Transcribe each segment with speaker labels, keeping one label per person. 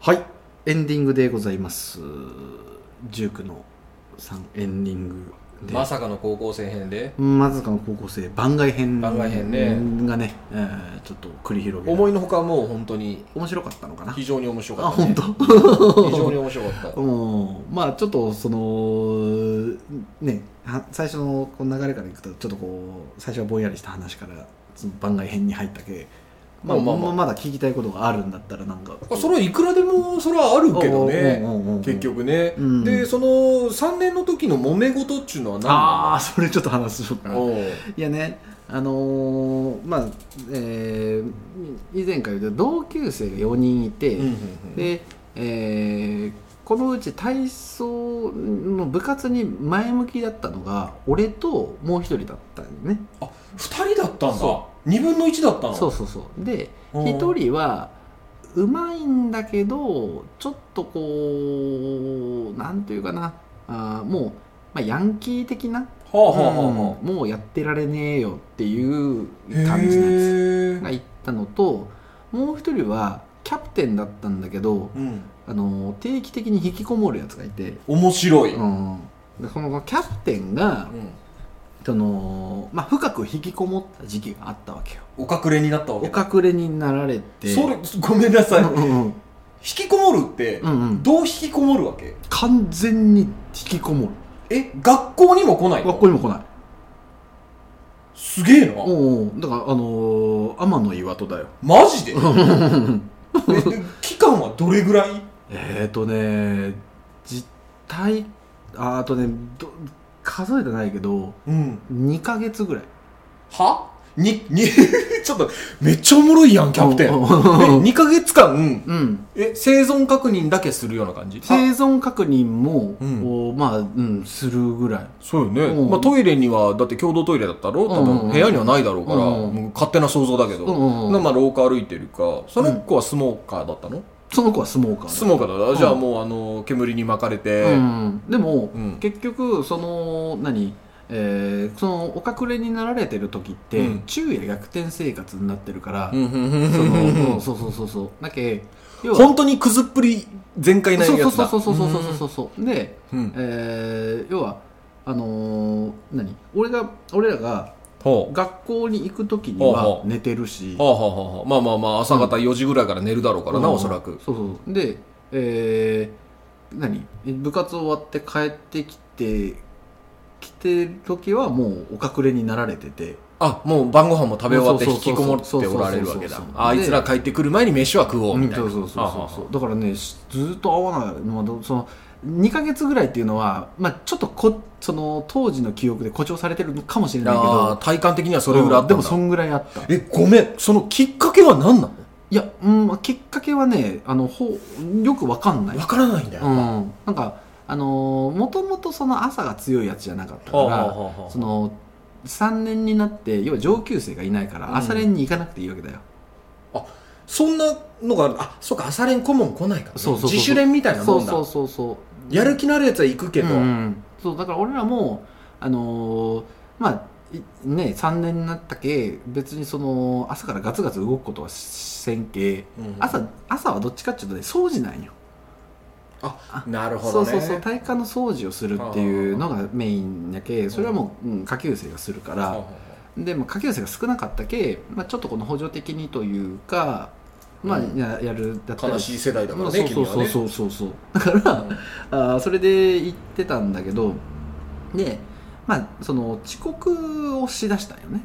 Speaker 1: はいエンディングでございます19の3エンディングで
Speaker 2: まさかの高校生編で
Speaker 1: まさかの高校生番外編
Speaker 2: 番外編ね
Speaker 1: がね、えーちょっと繰り広げられ
Speaker 2: 思いのほかもう本当に
Speaker 1: 面白かったのかな
Speaker 2: 非常に面白
Speaker 1: あ
Speaker 2: かった、ね
Speaker 1: 本、当
Speaker 2: 非常に面白かった
Speaker 1: うん、まあちょっとそのねは最初のこの流れからいくとちょっとこう最初はぼんやりした話からその番外編に入ったけまあ、
Speaker 2: ま
Speaker 1: ま
Speaker 2: あ
Speaker 1: あ
Speaker 2: まあま
Speaker 1: ま
Speaker 2: あ
Speaker 1: だ聞きたいことがあるんだったらなん か
Speaker 2: あそれはいくらでもそれはあるけどね
Speaker 1: ね
Speaker 2: 結局ね、
Speaker 1: うん
Speaker 2: でその3年の時の揉め事っちゅうのは
Speaker 1: ああ
Speaker 2: 何
Speaker 1: それちょっと話しようか
Speaker 2: な
Speaker 1: な
Speaker 2: の
Speaker 1: いやねあのーまあえー以前から言うと同級生が4人いて、で、えーこのうち体操の部活に前向きだったのが俺ともう一人だったんよね
Speaker 2: 2人だったんだ
Speaker 1: そ
Speaker 2: 2分の1だったの
Speaker 1: そうそうそうで
Speaker 2: うん
Speaker 1: 一人はうまいんだけどちょっとこうなんというかなあーもう、まあ、ヤンキー的な、
Speaker 2: はあはあはあはあ
Speaker 1: うんもうやってられねえよっていう
Speaker 2: へえ
Speaker 1: 感じのやつが行ったのともう一人はキャプテンだったんだけど
Speaker 2: うん
Speaker 1: あの定期的に引きこもるやつがいて、
Speaker 2: 面白い、
Speaker 1: うん、でこのキャプテンが、そのまあ、深く引きこもった時期があったわけよ
Speaker 2: お隠れになったわ
Speaker 1: お
Speaker 2: けだ
Speaker 1: 隠れになられて
Speaker 2: それごめんなさい、
Speaker 1: うん
Speaker 2: 引
Speaker 1: うん
Speaker 2: きこもるって
Speaker 1: うんうん
Speaker 2: どう引きこもるわけ
Speaker 1: 完全に引きこもる
Speaker 2: え学校にも来ないの
Speaker 1: 学校にも来ない
Speaker 2: すげえな、
Speaker 1: おうおうだからあのー天の岩戸だよ
Speaker 2: マジでえ で期間はどれぐらい
Speaker 1: えーとね実体ああとねど数えてないけど
Speaker 2: うん
Speaker 1: 2ヶ月ぐらい
Speaker 2: はに、に、 ちょっと、めっちゃおもろいやん、キャプテン。え、
Speaker 1: うんうん
Speaker 2: 2ヶ月間、
Speaker 1: うん
Speaker 2: え、生存確認だけするような感じ
Speaker 1: 生存確認も、
Speaker 2: うん
Speaker 1: こうまあ、うん、するぐらい
Speaker 2: そうよね。
Speaker 1: うん
Speaker 2: まあ、トイレには、だって共同トイレだったろ多
Speaker 1: うんうんう
Speaker 2: 分、
Speaker 1: ん
Speaker 2: 部屋にはないだろうから、
Speaker 1: うんうん
Speaker 2: もう勝手な想像だけど。
Speaker 1: うんうんうん
Speaker 2: なまあ、廊下歩いてるか、その子はスモーカーだったの、
Speaker 1: その子はスモーカー
Speaker 2: ス
Speaker 1: モ
Speaker 2: モーカーだった。じゃあもう、あの、煙に巻かれて、
Speaker 1: うん、でも、
Speaker 2: うん
Speaker 1: 結局その何えーそのお隠れになられてる時って、
Speaker 2: うん
Speaker 1: 昼夜逆転生活になってるから、
Speaker 2: うんうんうん
Speaker 1: そ
Speaker 2: うん う
Speaker 1: の
Speaker 2: ん
Speaker 1: そうそうそうそうだけ要
Speaker 2: 本当にくずっぷり全開なやつ
Speaker 1: そう
Speaker 2: だ
Speaker 1: そうそうそうそうそうそうそうで、
Speaker 2: うんうん。
Speaker 1: えー要はあのー何俺が俺らが
Speaker 2: ほう。
Speaker 1: 学校に行く時に
Speaker 2: ほう
Speaker 1: は
Speaker 2: ほう
Speaker 1: 寝てるし、
Speaker 2: はあはあはあはあ、まあまあまあ朝方4時ぐらいから寝るだろうからな、
Speaker 1: うん
Speaker 2: おそらく
Speaker 1: そうそうでえー、何部活終わって帰ってきて来てる時はもうお隠れになられてて
Speaker 2: あもう晩ご飯も食べ終わって
Speaker 1: そうそ
Speaker 2: 引
Speaker 1: うそう
Speaker 2: きこもっておられるわけ
Speaker 1: そうそう
Speaker 2: だ
Speaker 1: そう
Speaker 2: あいつら帰ってくる前に飯は食おうみたいな、
Speaker 1: うんそうそうそう
Speaker 2: はあ
Speaker 1: そう
Speaker 2: は
Speaker 1: そうだからねしずーっと会わない、まあど、その2か月ぐらいっていうのは、まあ、ちょっとこその当時の記憶で誇張されてるのかもしれないけ
Speaker 2: ああー
Speaker 1: ど
Speaker 2: 体感的にはそれぐらいあ
Speaker 1: うん
Speaker 2: っ
Speaker 1: でも
Speaker 2: たん
Speaker 1: そ
Speaker 2: だ
Speaker 1: んぐらいあった
Speaker 2: えごめんそのきっかけは何なの
Speaker 1: いや、うんまあ、きっかけはねあのほうよくわかんない
Speaker 2: わからないんだよ、
Speaker 1: う
Speaker 2: は
Speaker 1: ん、なんかあのもともとその朝が強いやつじゃなかったか
Speaker 2: あ
Speaker 1: ら、
Speaker 2: はあはあはあ
Speaker 1: その3年になって要は上級生がいないか
Speaker 2: うん
Speaker 1: ら朝練に行かなくていいわけだよ、
Speaker 2: そんなのがあるあそうか朝練顧問来ないからね、
Speaker 1: そうそうそう
Speaker 2: 自主練みたいな
Speaker 1: そ
Speaker 2: も
Speaker 1: うん
Speaker 2: だ
Speaker 1: そうそうそ
Speaker 2: やる気のあるやつは行く
Speaker 1: う
Speaker 2: けど、
Speaker 1: うんそうだから俺らもあのーまあいね3年になったけ別にその朝からガツガツ動くことはせんけ
Speaker 2: うん
Speaker 1: 朝朝はどっちかっていうとね掃除なんよ
Speaker 2: なるほ
Speaker 1: そ
Speaker 2: ど
Speaker 1: う
Speaker 2: ね
Speaker 1: そうそう体育館の掃除をするっていうのがメインやけそれはもう、うん、下級生がするから、
Speaker 2: はあは
Speaker 1: でも下級生が少なかったけ、まあ、ちょっとこの補助的にというか、まあ
Speaker 2: うん
Speaker 1: ややるだっ
Speaker 2: あ
Speaker 1: た
Speaker 2: はあ悲しい世代だからね、
Speaker 1: まあそうそう
Speaker 2: 君はね
Speaker 1: そうそうそうそうだ からあーそれで行ってたんだけどで、まあ、その遅刻をしだしたんよね、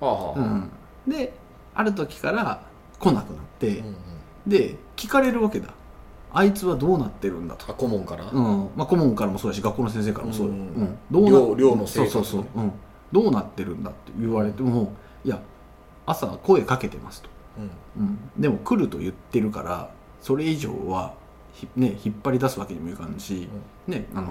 Speaker 2: うんはあはあ
Speaker 1: う
Speaker 2: はあ
Speaker 1: ん、である時から来なくなって
Speaker 2: うんうん
Speaker 1: で聞かれるわけだあいつはどうなってるんだと
Speaker 2: あ顧問から、
Speaker 1: うんまあ、顧問からもそうだし学校の先生からもそうよ、
Speaker 2: うん
Speaker 1: うんどうな
Speaker 2: 寮寮の生活
Speaker 1: そうそうそう、うん、どうなってるんだって言われてもいや朝声かけてますと、
Speaker 2: うん
Speaker 1: うん、でも来ると言ってるからそれ以上はひ、ね、引っ張り出すわけにもいかんし、ねあのー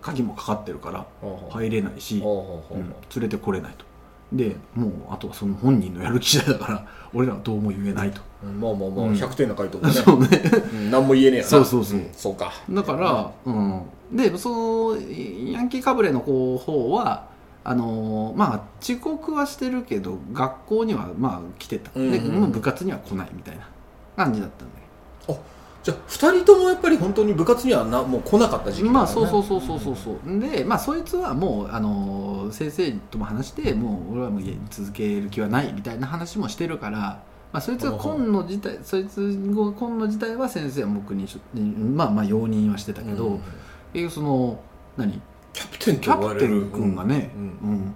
Speaker 1: 鍵もかかってるから入れないし、うん、連れてこれないとでもうあとはその本人のやる気次第だから俺らはどうも言えないと、
Speaker 2: まあまあま
Speaker 1: う
Speaker 2: あ
Speaker 1: ん
Speaker 2: 100点の回答だ ね
Speaker 1: そうね
Speaker 2: うん何も言えねえやな
Speaker 1: そうそうそうん
Speaker 2: そうか
Speaker 1: だから、うん、でそのヤンキーかぶれのこう方はあのーまあ遅刻はしてるけど学校にはまあ来てた、
Speaker 2: うんうん
Speaker 1: でもう部活には来ないみたいな感じだったんだよ
Speaker 2: じゃあ2人ともやっぱり本当に部活にはなもう来なかった時期だか
Speaker 1: ま
Speaker 2: らね
Speaker 1: あそうそうそうそうそうそう、でまあそいつはもうあの先生とも話してもう俺はもう続ける気はないみたいな話もしてるから、まあ、そいつは今の事態そいつを今の事態は先生は僕にまあまあ容認はしてたけど、
Speaker 2: うん
Speaker 1: 結局その何
Speaker 2: キャプテン
Speaker 1: キ
Speaker 2: と
Speaker 1: ャ
Speaker 2: 呼ば
Speaker 1: プ
Speaker 2: れ
Speaker 1: テ
Speaker 2: る
Speaker 1: ン君がね、
Speaker 2: う
Speaker 1: うんん
Speaker 2: うん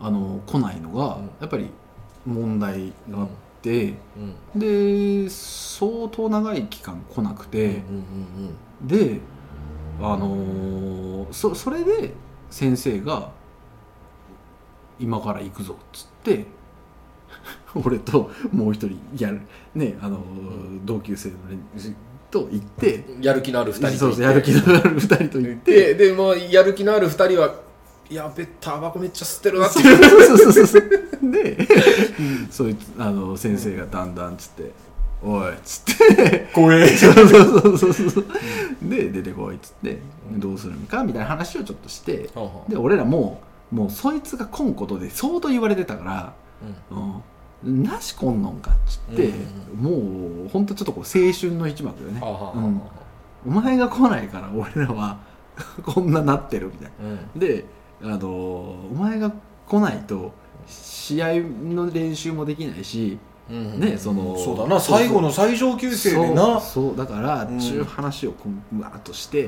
Speaker 1: あの来ないのが、
Speaker 2: うん
Speaker 1: やっぱり問題があって、
Speaker 2: うん
Speaker 1: で相当長い期間来なく
Speaker 2: うんう
Speaker 1: て、
Speaker 2: ん
Speaker 1: であのーそそれで先生が「今から行くぞ」っつって 俺ともう一人やる、ねあのー同級生の連と行って。
Speaker 2: うんやる気のある2人といて
Speaker 1: そうそうやる気のある2人と行って
Speaker 2: ででもうやる気のある2人はやべタバコめっちゃ吸ってるなって
Speaker 1: そうそうそうそうで、そいつあの先生がだんだんつって「おい」っつって
Speaker 2: 怖え
Speaker 1: そうそうそうそうそうで出てこいっつって「どうするんか?」みたいな話をちょっとしてで俺らもうもうそいつが来んことで相当言われてたから「うん、なし来んのんか」っつって、もうほんとちょっとこう青春の一幕よね、うんお前が来ないから俺らはこんななってるみたいな。で、あのーお前が来ないと試合の練習もできないしねその
Speaker 2: そうだな
Speaker 1: そうそう
Speaker 2: 最後の最上級生で
Speaker 1: そう
Speaker 2: な
Speaker 1: そうだから
Speaker 2: うん
Speaker 1: 中話をこううわーっとして、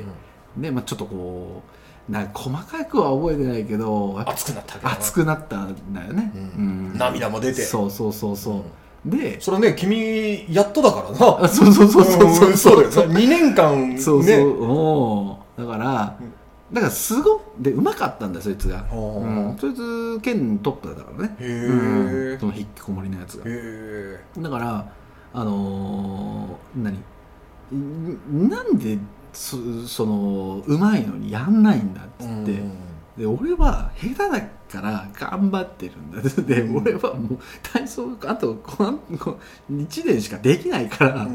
Speaker 2: うん
Speaker 1: で、まあ、ちょっとこうなんか細かくは覚えてないけどやっぱ
Speaker 2: 熱くなったわけだな
Speaker 1: 熱くなったんだよね、
Speaker 2: うん
Speaker 1: うん
Speaker 2: 涙も出て
Speaker 1: そうそうそうそう、で
Speaker 2: それはね君やっとだからな
Speaker 1: あそう そうそうそうそう
Speaker 2: だよ2年間ね
Speaker 1: そうそう、もうだから、
Speaker 2: うん
Speaker 1: だからすごでうまかったんだよそいつが、
Speaker 2: ほう
Speaker 1: うん、そいつ県トップだからね
Speaker 2: へえ
Speaker 1: うんその引きこもりのやつが
Speaker 2: へえ
Speaker 1: だからあのー何んなんでそそのうまいのにやんないんだっつって、で俺は下手だから頑張ってるんだで
Speaker 2: うん
Speaker 1: 俺はもう体操あとこのこの1年しかできないから、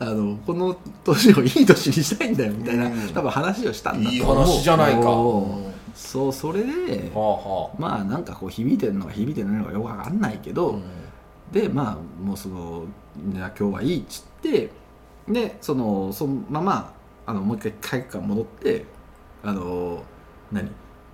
Speaker 1: あのこの年をいい年にしたいんだよみたいな、
Speaker 2: うん
Speaker 1: 多分話をしたんだ
Speaker 2: いい
Speaker 1: と思う
Speaker 2: 話じゃないか
Speaker 1: おーそうそれで
Speaker 2: はあは
Speaker 1: まあなんかこう響いてるのか響いてないのかよくわかんないけ
Speaker 2: あ
Speaker 1: ど、でまあもうそのじゃあ今日はいいっつってでそのそのままあのもう一回体育館戻ってあの何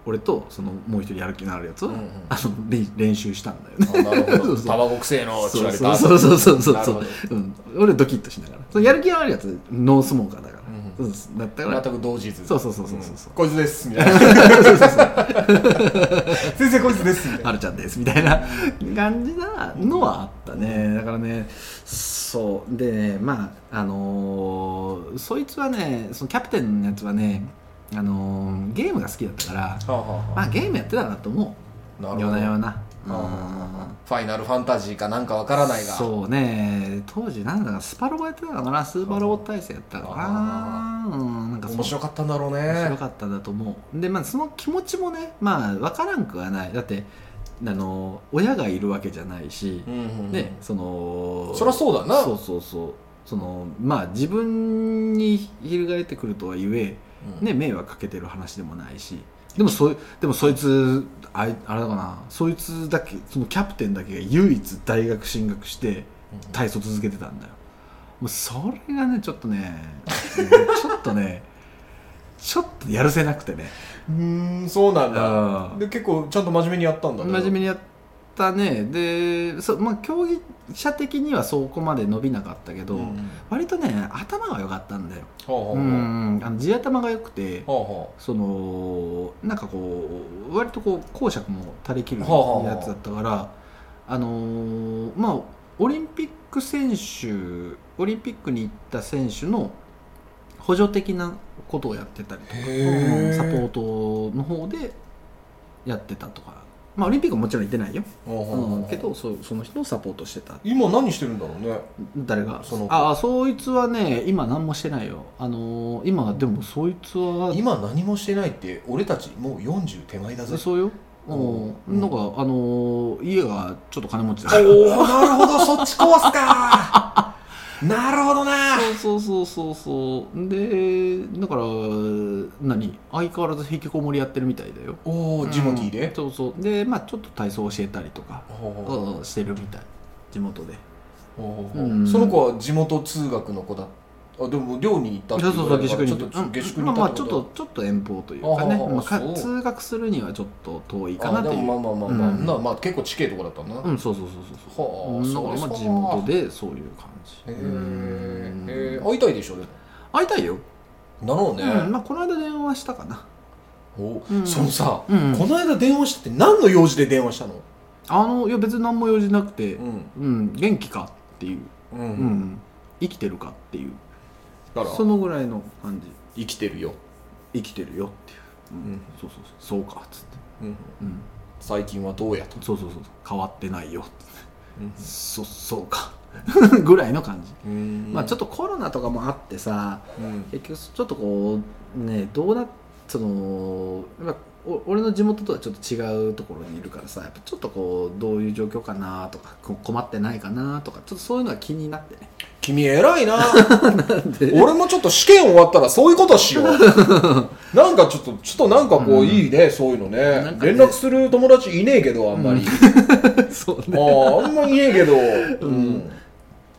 Speaker 1: 俺とそのもう一人やる気のあるやつは、
Speaker 2: うんうん
Speaker 1: あの練練習したんだよね。
Speaker 2: あなる
Speaker 1: そ
Speaker 2: ほ
Speaker 1: う
Speaker 2: ど
Speaker 1: そう
Speaker 2: タバコくせえのって言われた
Speaker 1: そうそうそうそうそう
Speaker 2: なるほど
Speaker 1: うん、俺ドキッとしながらそのやる気のあるやつノースモーカーだから、
Speaker 2: う
Speaker 1: うんだったから、
Speaker 2: 全く同時ず
Speaker 1: そうそうそうそうそうそうん
Speaker 2: こいつですみたいな 先生こいつですみたいな
Speaker 1: はるちゃんですみたいな感じなのはあったねだからねそうでねまああのーそいつはねそのキャプテンのやつはね、あのーゲームが好きだったから
Speaker 2: はあはあ
Speaker 1: まあゲームやってたなと思
Speaker 2: あな
Speaker 1: う
Speaker 2: る
Speaker 1: 夜な
Speaker 2: ほど
Speaker 1: 夜なうん
Speaker 2: はあはあはあファイナルファンタジーかなんかわからないが
Speaker 1: そうね当時なんだかスパロボやってたのかなスーパロボ対戦やったのかなうんなんかその
Speaker 2: 面白かったんだろうね
Speaker 1: 面白かったんだと思うでまあその気持ちもねまあ分からんくはないだってあの親がいるわけじゃないし、
Speaker 2: うんうんうん
Speaker 1: ねその
Speaker 2: そりゃそうだな
Speaker 1: そうそうそうそのまあ自分に翻ってくるとはゆえ、
Speaker 2: うん
Speaker 1: ね、迷惑かけてる話でもないしでもそいでもそいつあいあれだかなそいつだけそのキャプテンだけが唯一大学進学して体操続けてたんだよもうそれがねちょっと ねちょっとねちょっとやるせなくてね
Speaker 2: うんうんそうなんだ
Speaker 1: 真
Speaker 2: で結構ちゃんと真面目にやったんだね
Speaker 1: 面目にやったねでそ、まあ、競技者的にはそこまで伸びなかったけど、
Speaker 2: うんうん
Speaker 1: 割とね頭が良かったんだよ、
Speaker 2: はあはあ
Speaker 1: う
Speaker 2: は
Speaker 1: ん、あの地頭が良くて
Speaker 2: あは
Speaker 1: そのなんかこう割とこう講釈も垂れ切るや
Speaker 2: はあはあはあ
Speaker 1: つだったから、あのーまあオリンピック選手オリンピックに行った選手の補助的なことをやってたりとか、
Speaker 2: あへ
Speaker 1: う
Speaker 2: え
Speaker 1: んサポートの方でやってたとか、まあ、オリンピックはもちろん行ってないよ、
Speaker 2: ト
Speaker 1: うん、けどそうその人をサポートしてた
Speaker 2: 今何してるんだろうね
Speaker 1: 誰が
Speaker 2: その子
Speaker 1: ああそいつはね今何もしてないよあのー今でもそいつは
Speaker 2: 今何もしてないって俺たちもう40手前だぜ
Speaker 1: そうようん
Speaker 2: うん
Speaker 1: なんかあのー家がちょっと金持ちだ
Speaker 2: お
Speaker 1: から
Speaker 2: おなるほどそっちコースかなるほどな
Speaker 1: そうそうそうそうそうでだから何相変わらず引きこもりやってるみたいだよ
Speaker 2: おおジモティーで、
Speaker 1: そうそうでまあちょっと体操教えたりとか
Speaker 2: ほうほう
Speaker 1: うんしてるみたい地元で
Speaker 2: ほうほうほう
Speaker 1: うん
Speaker 2: その子は地元通学の子だっあでも寮に行ったって
Speaker 1: そ
Speaker 2: いう
Speaker 1: そうそう下宿に
Speaker 2: ちょっと下宿に
Speaker 1: ま
Speaker 2: 行
Speaker 1: あま
Speaker 2: った
Speaker 1: あちょっ
Speaker 2: こと
Speaker 1: ちょっと遠方というかね
Speaker 2: あはは
Speaker 1: まあか
Speaker 2: そう
Speaker 1: 通学するにはちょっと遠い
Speaker 2: あ
Speaker 1: かなって
Speaker 2: で
Speaker 1: いう
Speaker 2: もまあまあまあまあ、
Speaker 1: うん
Speaker 2: なまあ結構近いとこだったんだな、
Speaker 1: うんそうそうそうそうそ
Speaker 2: はあ
Speaker 1: うだ
Speaker 2: そ
Speaker 1: か
Speaker 2: う
Speaker 1: らま
Speaker 2: で
Speaker 1: あ地元で
Speaker 2: すか
Speaker 1: そういう感じ
Speaker 2: へ
Speaker 1: うん
Speaker 2: え会いたいでしょでも
Speaker 1: 会いたいよ、
Speaker 2: だろうね、
Speaker 1: うんまあこの間電話したかな
Speaker 2: お
Speaker 1: うん
Speaker 2: そのさ、
Speaker 1: うん
Speaker 2: この間電話したって何の用事で電話したの
Speaker 1: あのいや別に何も用事なくて
Speaker 2: ん
Speaker 1: うん元気かっていう
Speaker 2: うん、
Speaker 1: うん生きてるかっていう
Speaker 2: だから
Speaker 1: そのぐらいの感じ
Speaker 2: 生きてるよ、
Speaker 1: 生きてるよっていうう
Speaker 2: うん
Speaker 1: んそうそうそうそうかっつって
Speaker 2: うん、
Speaker 1: うん
Speaker 2: 最近はどうやと、
Speaker 1: そうそうそう変わってないよっつって
Speaker 2: うん
Speaker 1: そそうか ぐらいの感じ、まあちょっ
Speaker 2: っ
Speaker 1: とコロナとかもあってさ
Speaker 2: と、うん
Speaker 1: 結局ちょっとこうねどうなそのやっぱお俺の地元とはちょっと違うところにいるからさやっぱちょっとこうどういう状況かなとかこ困ってないかなとかちょっとそういうのは気になってね
Speaker 2: 君偉いな
Speaker 1: なんで
Speaker 2: 俺もちょっと試験終わったらそういうことしよ うなんかちょっとちょっとなんかこう、
Speaker 1: うん
Speaker 2: いいねそういうのね
Speaker 1: なんかね
Speaker 2: 連絡する友達いねえけどあんまり、
Speaker 1: うそう
Speaker 2: あ
Speaker 1: ね
Speaker 2: ーあんまいねえけど、
Speaker 1: う
Speaker 2: うんん、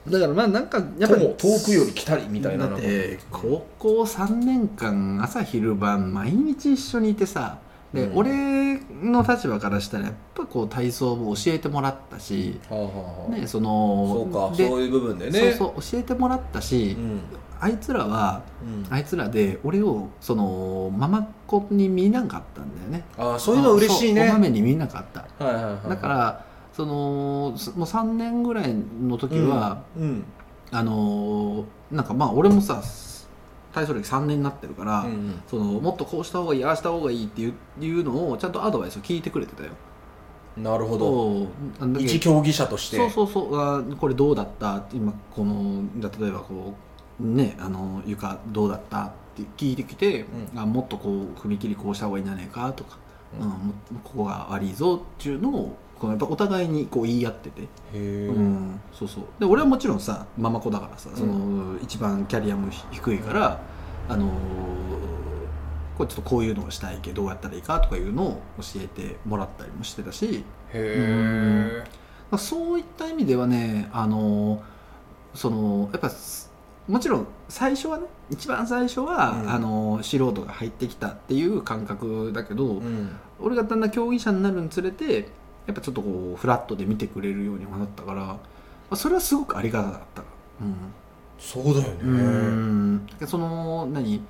Speaker 1: だからまあなんかやっぱ
Speaker 2: とも遠くより来たりみたいな
Speaker 1: だ
Speaker 2: な
Speaker 1: っ
Speaker 2: んか
Speaker 1: て高校3年間朝昼晩毎日一緒にいてさで、
Speaker 2: うん
Speaker 1: 俺の立場からしたらやっぱこう体操も教えてもらったし、
Speaker 2: はあはあはあ
Speaker 1: ねその
Speaker 2: そうか
Speaker 1: で
Speaker 2: そういう部分でね
Speaker 1: そうそう教えてもらったし、
Speaker 2: うん
Speaker 1: あいつらは
Speaker 2: うん
Speaker 1: あいつらで俺をそのママっ子に見なかったんだよね
Speaker 2: ああそういうの嬉しいね
Speaker 1: そうお豆に見なかった
Speaker 2: はいはいはい
Speaker 1: だからそのすもう3年ぐらいの時は、
Speaker 2: うん
Speaker 1: あのーなんかまあ俺もさ体操歴3年になってるから、
Speaker 2: うん
Speaker 1: そのもっとこうした方がいいああした方がいいっていういうのをちゃんとアドバイスを聞いてくれてたよ。
Speaker 2: なるほど
Speaker 1: そうなんだけど
Speaker 2: 一競技者として
Speaker 1: そうそうそうあーこれどうだった今このだ例えばこうねあの床どうだったって聞いてきて、
Speaker 2: う
Speaker 1: あもっとこう踏み切りこうした方がいいんじゃないかとか、
Speaker 2: う
Speaker 1: うんんもうここが悪いぞっていうのをこうやっぱお互いにこう言い合ってて。
Speaker 2: へえ
Speaker 1: うん、そうそうで俺はもちろんさママ子だからさその、一番キャリアも低いから、あのーこれちょっとこういうのをしたいけどどうやったらいいかとかいうのを教えてもらったりもしてたし、
Speaker 2: へ
Speaker 1: まあ、そういった意味ではね、あのーそのやっぱすもちろん最初はね一番最初は、
Speaker 2: うん
Speaker 1: あのー素人が入ってきたっていう感覚だけど、
Speaker 2: えうん
Speaker 1: 俺がだんだん競技者になるにつれてやっぱちょっとこうフラットで見てくれるようにもなったから、まあ、それはすごくありがたかった
Speaker 2: そうだよ
Speaker 1: うん、
Speaker 2: ね
Speaker 1: うんその何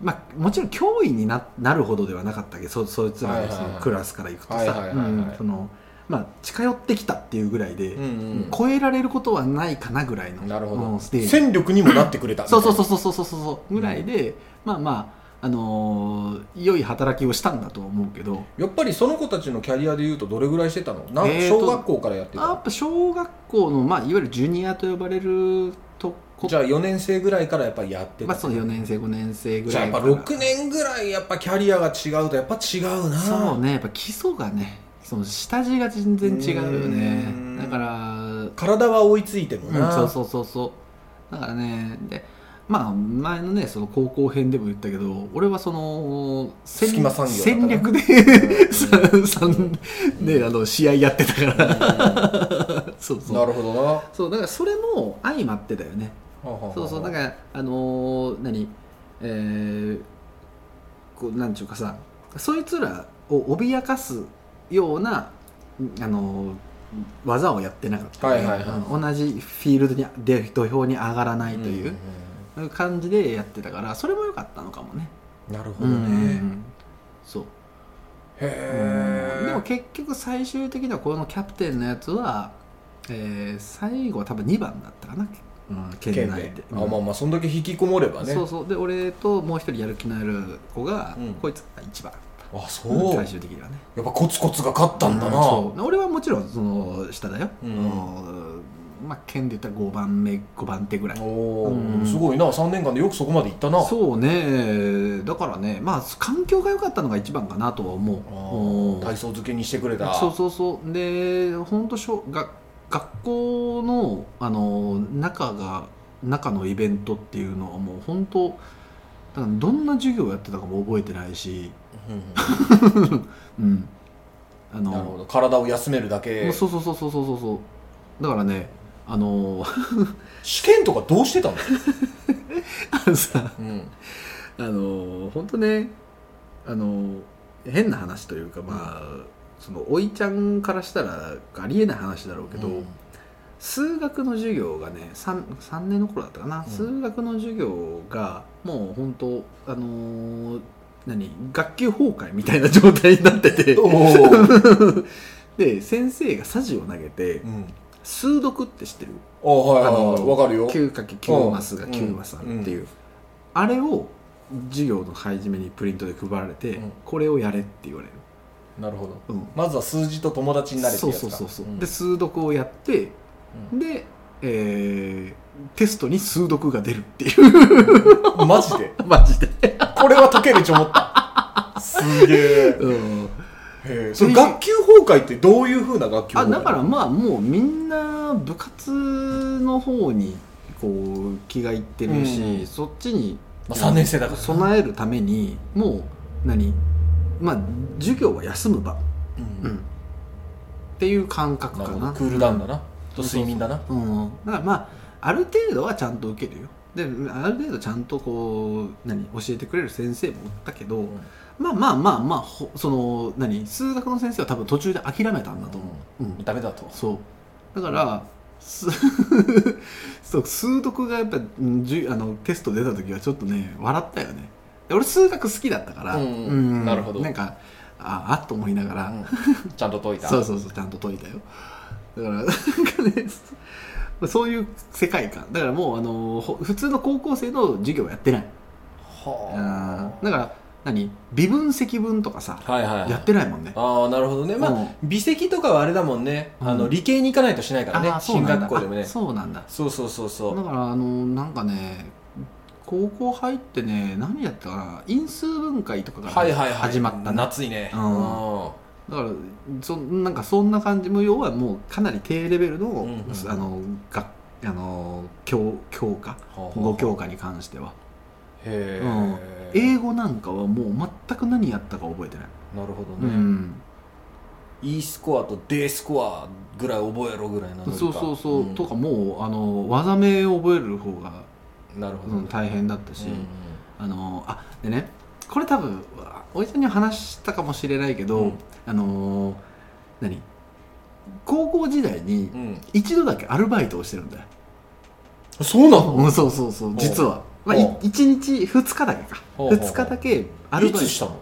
Speaker 1: まあ、もちろん脅威にななるほどではなかったけどそそいつら
Speaker 2: はい
Speaker 1: の
Speaker 2: はい
Speaker 1: そ
Speaker 2: はい
Speaker 1: のクラスからいくと
Speaker 2: はいはい
Speaker 1: さ
Speaker 2: は
Speaker 1: う
Speaker 2: いはい
Speaker 1: んそのまあ近寄ってきたっていうぐらいで、
Speaker 2: うん
Speaker 1: 超えられることはないかなぐらいの
Speaker 2: なるほ
Speaker 1: う
Speaker 2: ど
Speaker 1: んステージ
Speaker 2: 戦力にもなってくれた
Speaker 1: そうそうそううそうそうそうそうぐらいで、まあまああのー良い働きをしたんだとは思うけど、
Speaker 2: やっぱりその子たちのキャリアでいうとどれぐらいしてたのな
Speaker 1: えーと
Speaker 2: 小学校からやって
Speaker 1: あやったぱ小学校の、まあ、いわゆるジュニアと呼ばれるとこ
Speaker 2: じゃあ4年生ぐらいからやっぱりやって
Speaker 1: ま
Speaker 2: た
Speaker 1: あ、その4年生5年生ぐ
Speaker 2: じゃあ
Speaker 1: ら
Speaker 2: や
Speaker 1: い
Speaker 2: っ
Speaker 1: か
Speaker 2: ぱ
Speaker 1: ら
Speaker 2: 6年ぐらいやっぱキャリアが違うとやっぱ違うな
Speaker 1: そうねやっぱ基礎がねその下地が全然違うよ
Speaker 2: う
Speaker 1: ね
Speaker 2: ん
Speaker 1: だから
Speaker 2: 体は追いついても
Speaker 1: うん、
Speaker 2: な
Speaker 1: そうそうそうそうだからねでまあ前のねその高校編でも言ったけど俺はその戦
Speaker 2: 隙間産業だった
Speaker 1: 戦
Speaker 2: な
Speaker 1: 略で、
Speaker 2: ん
Speaker 1: さんねあの試合やってたから、そうそう
Speaker 2: なるほどなは
Speaker 1: そうだからそれも相まってだよね
Speaker 2: あはあはあ
Speaker 1: そうそうだからあのー何えー、こうなんちゅうかさそいつらを脅かすようなあのー技をやってなかった、
Speaker 2: はいはいはい
Speaker 1: うん同じフィールドにで土俵に上がらないとい
Speaker 2: ん
Speaker 1: う感じでやってたからそれも良かったのかもね。
Speaker 2: うんなるほどね
Speaker 1: うんそう
Speaker 2: へえ
Speaker 1: でも結局最終的にはこのキャプテンのやつは、えー最後は多分2番だったかな、うん、
Speaker 2: 県
Speaker 1: 県内で
Speaker 2: で、あまあまあそんだけ引きこもればね
Speaker 1: そうそうで俺ともう一人やる気のある子が、
Speaker 2: うん
Speaker 1: こいつが一番
Speaker 2: あそうや
Speaker 1: 最
Speaker 2: っ
Speaker 1: 終的にはね
Speaker 2: ぱコツコツが勝ったんだ
Speaker 1: う
Speaker 2: な
Speaker 1: んそう俺はもちろんその下だよ、
Speaker 2: うん
Speaker 1: うんまあ県で言ったら5番目5番手ぐらい
Speaker 2: お
Speaker 1: う
Speaker 2: お
Speaker 1: ん
Speaker 2: すごいな3年間でよくそこまでいったな
Speaker 1: そうねだからねまあ環境が良かったのが一番かなとは思う
Speaker 2: あ
Speaker 1: うん
Speaker 2: ー体操漬けにしてくれた
Speaker 1: そうそうそうで本当しょが学校のあの中が中のイベントっていうのはもう本当だからどんな授業やってたかも覚えてないし、
Speaker 2: うん
Speaker 1: うん、あの
Speaker 2: なるほど体を休めるだ
Speaker 1: も
Speaker 2: け
Speaker 1: うそうそうそうそうそうそうそうだからねあの
Speaker 2: 試験とかどうしてたの
Speaker 1: からさ
Speaker 2: うん
Speaker 1: あの本当ねあの変な話というかまあ、そのおいちゃんからしたらありえない話だろうけど、
Speaker 2: うん
Speaker 1: 数学の授業がね 3, 3年の頃だったかな、
Speaker 2: うん
Speaker 1: 数学の授業がもう本当あのー何学級崩壊みたいな状態になってて
Speaker 2: おー
Speaker 1: で先生がさじを投げて
Speaker 2: うん
Speaker 1: 数読って知ってる
Speaker 2: あはいはい
Speaker 1: あ
Speaker 2: はい
Speaker 1: の
Speaker 2: わかるよ
Speaker 1: 9×9 マスが9マスあるっていう、あれを授業の配始めにプリントで配られて、
Speaker 2: うん
Speaker 1: これをやれって言われる、
Speaker 2: なるほど
Speaker 1: うん
Speaker 2: まずは数字と友達になれって
Speaker 1: そう
Speaker 2: やつ
Speaker 1: そ
Speaker 2: か
Speaker 1: うそうそう、
Speaker 2: ん
Speaker 1: で数読をやって
Speaker 2: うん
Speaker 1: で、えーテストに数読が出るっていう
Speaker 2: マジで
Speaker 1: マジで、
Speaker 2: これは解けると思ったすげえ
Speaker 1: うん、
Speaker 2: へえそれ学級崩壊ってどういうふうな学級崩
Speaker 1: あ
Speaker 2: 壊
Speaker 1: だからまあもうみんな部活の方にこう気がいってるし、
Speaker 2: うん
Speaker 1: そっちに、
Speaker 2: まあ三年生だから
Speaker 1: 備えるためにもう何まあ授業は休む場、
Speaker 2: うん
Speaker 1: うんっていう感覚
Speaker 2: なる
Speaker 1: か
Speaker 2: ほ
Speaker 1: な
Speaker 2: どクールダウンだなと睡眠だな
Speaker 1: うん、だからまあある程度はちゃんと受けるよである程度ちゃんとこう何教えてくれる先生もおったけど、
Speaker 2: ん
Speaker 1: まあまあまあまあほその何数学の先生は多分途中で諦めたんだと思う、うん
Speaker 2: ダメだと
Speaker 1: そうだからす そう数読がやっぱうんじゅあのテスト出た時はちょっとね笑ったよねで俺数学好きだったから、
Speaker 2: うんうんなるほど
Speaker 1: なんかああっと思いながら、
Speaker 2: うんちゃんと解いた
Speaker 1: そうそうそうちゃんと解いたよだからなんかねそそういう世界観だからもうあのほ普通の高校生の授業やってない
Speaker 2: は
Speaker 1: だから何微分積分とかさ
Speaker 2: あはいはいはい
Speaker 1: やってないもんね
Speaker 2: ああなるほどねま
Speaker 1: う
Speaker 2: あ
Speaker 1: ん
Speaker 2: 美籍とかはあれだもんねあ
Speaker 1: う
Speaker 2: の
Speaker 1: ん
Speaker 2: 理系に行かないとしないからね
Speaker 1: あーそう
Speaker 2: 進
Speaker 1: なんだ
Speaker 2: 学校でもね
Speaker 1: あそうなんだ
Speaker 2: そうそうそうそ
Speaker 1: だ
Speaker 2: う
Speaker 1: からあのなんかね高校入ってね何やったかな因数分解とかが
Speaker 2: はいはいはい
Speaker 1: 始まったね
Speaker 2: 夏いね
Speaker 1: う
Speaker 2: うん
Speaker 1: だからそなんかそんな感じもう要はもうかなり低レベルの、
Speaker 2: んうんうん
Speaker 1: あのがあの教教科
Speaker 2: ほうほ
Speaker 1: 語
Speaker 2: うほう
Speaker 1: 教科に関しては
Speaker 2: へえ
Speaker 1: 英語なんかはもう全く何やったか覚えてない、
Speaker 2: なるほど
Speaker 1: う
Speaker 2: ね
Speaker 1: ん
Speaker 2: E スコアと D スコアぐらい覚えろぐらいなの
Speaker 1: そうそうそう、
Speaker 2: ん
Speaker 1: とかもうあの技名を覚える方が、
Speaker 2: なるほ
Speaker 1: う
Speaker 2: ど
Speaker 1: ん、
Speaker 2: ね
Speaker 1: 大変だったし、
Speaker 2: うんうん
Speaker 1: あのあでねこれ多分おじさんには話したかもしれないけど、
Speaker 2: うん
Speaker 1: あのー何高校時代に
Speaker 2: うん
Speaker 1: 一度だけアルバイトをしてるんだよ、
Speaker 2: そうなの
Speaker 1: うん、そうそうそう実は、まあ、い
Speaker 2: おう
Speaker 1: 1日2日だけか
Speaker 2: ほうほうほう
Speaker 1: 2日だけアル
Speaker 2: い
Speaker 1: バイ
Speaker 2: つ
Speaker 1: ト
Speaker 2: したの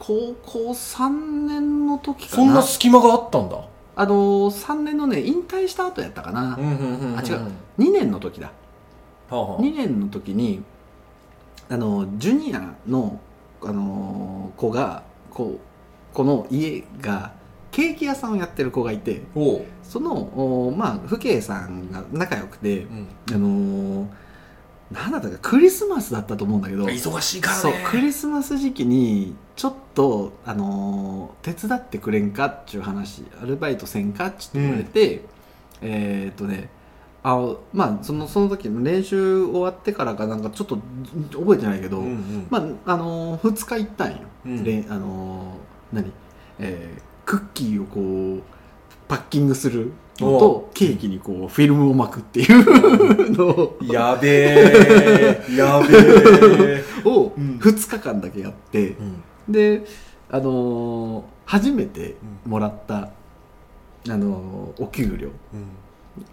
Speaker 1: 高校3年の時かな
Speaker 2: そんな隙間があったんだ
Speaker 1: あの3年のね引退した後やったかな、
Speaker 2: うんうんうんん
Speaker 1: あ違う2年の時だ
Speaker 2: はあはあ
Speaker 1: 2年の時にあのジュニアの、あの子がこうこの家がケーキ屋さんをやってる子がいて
Speaker 2: おう
Speaker 1: そのおまあ父兄さんが仲良くて
Speaker 2: う、ん
Speaker 1: あのなんだったかクリスマスだったと思うんだけど
Speaker 2: 忙しいからね
Speaker 1: そうクリスマス時期にちょっと、あのー手伝ってくれんかっちゅう話アルバイトせんかっちゅうって言われて、えーっとねあまあそのその時の練習終わってからかなんかちょっと覚えてないけど、
Speaker 2: うんうん
Speaker 1: まああのー、2日行ったんよ、
Speaker 2: うん
Speaker 1: れんあのー何、えークッキーをこうパッキングするの
Speaker 2: お
Speaker 1: とケーキにこうフィルムを巻くっていうのを
Speaker 2: やべ えやべえ
Speaker 1: を
Speaker 2: うん
Speaker 1: 2日間だけやって、
Speaker 2: うん
Speaker 1: であのー初めてもらった、あのーお給料
Speaker 2: うん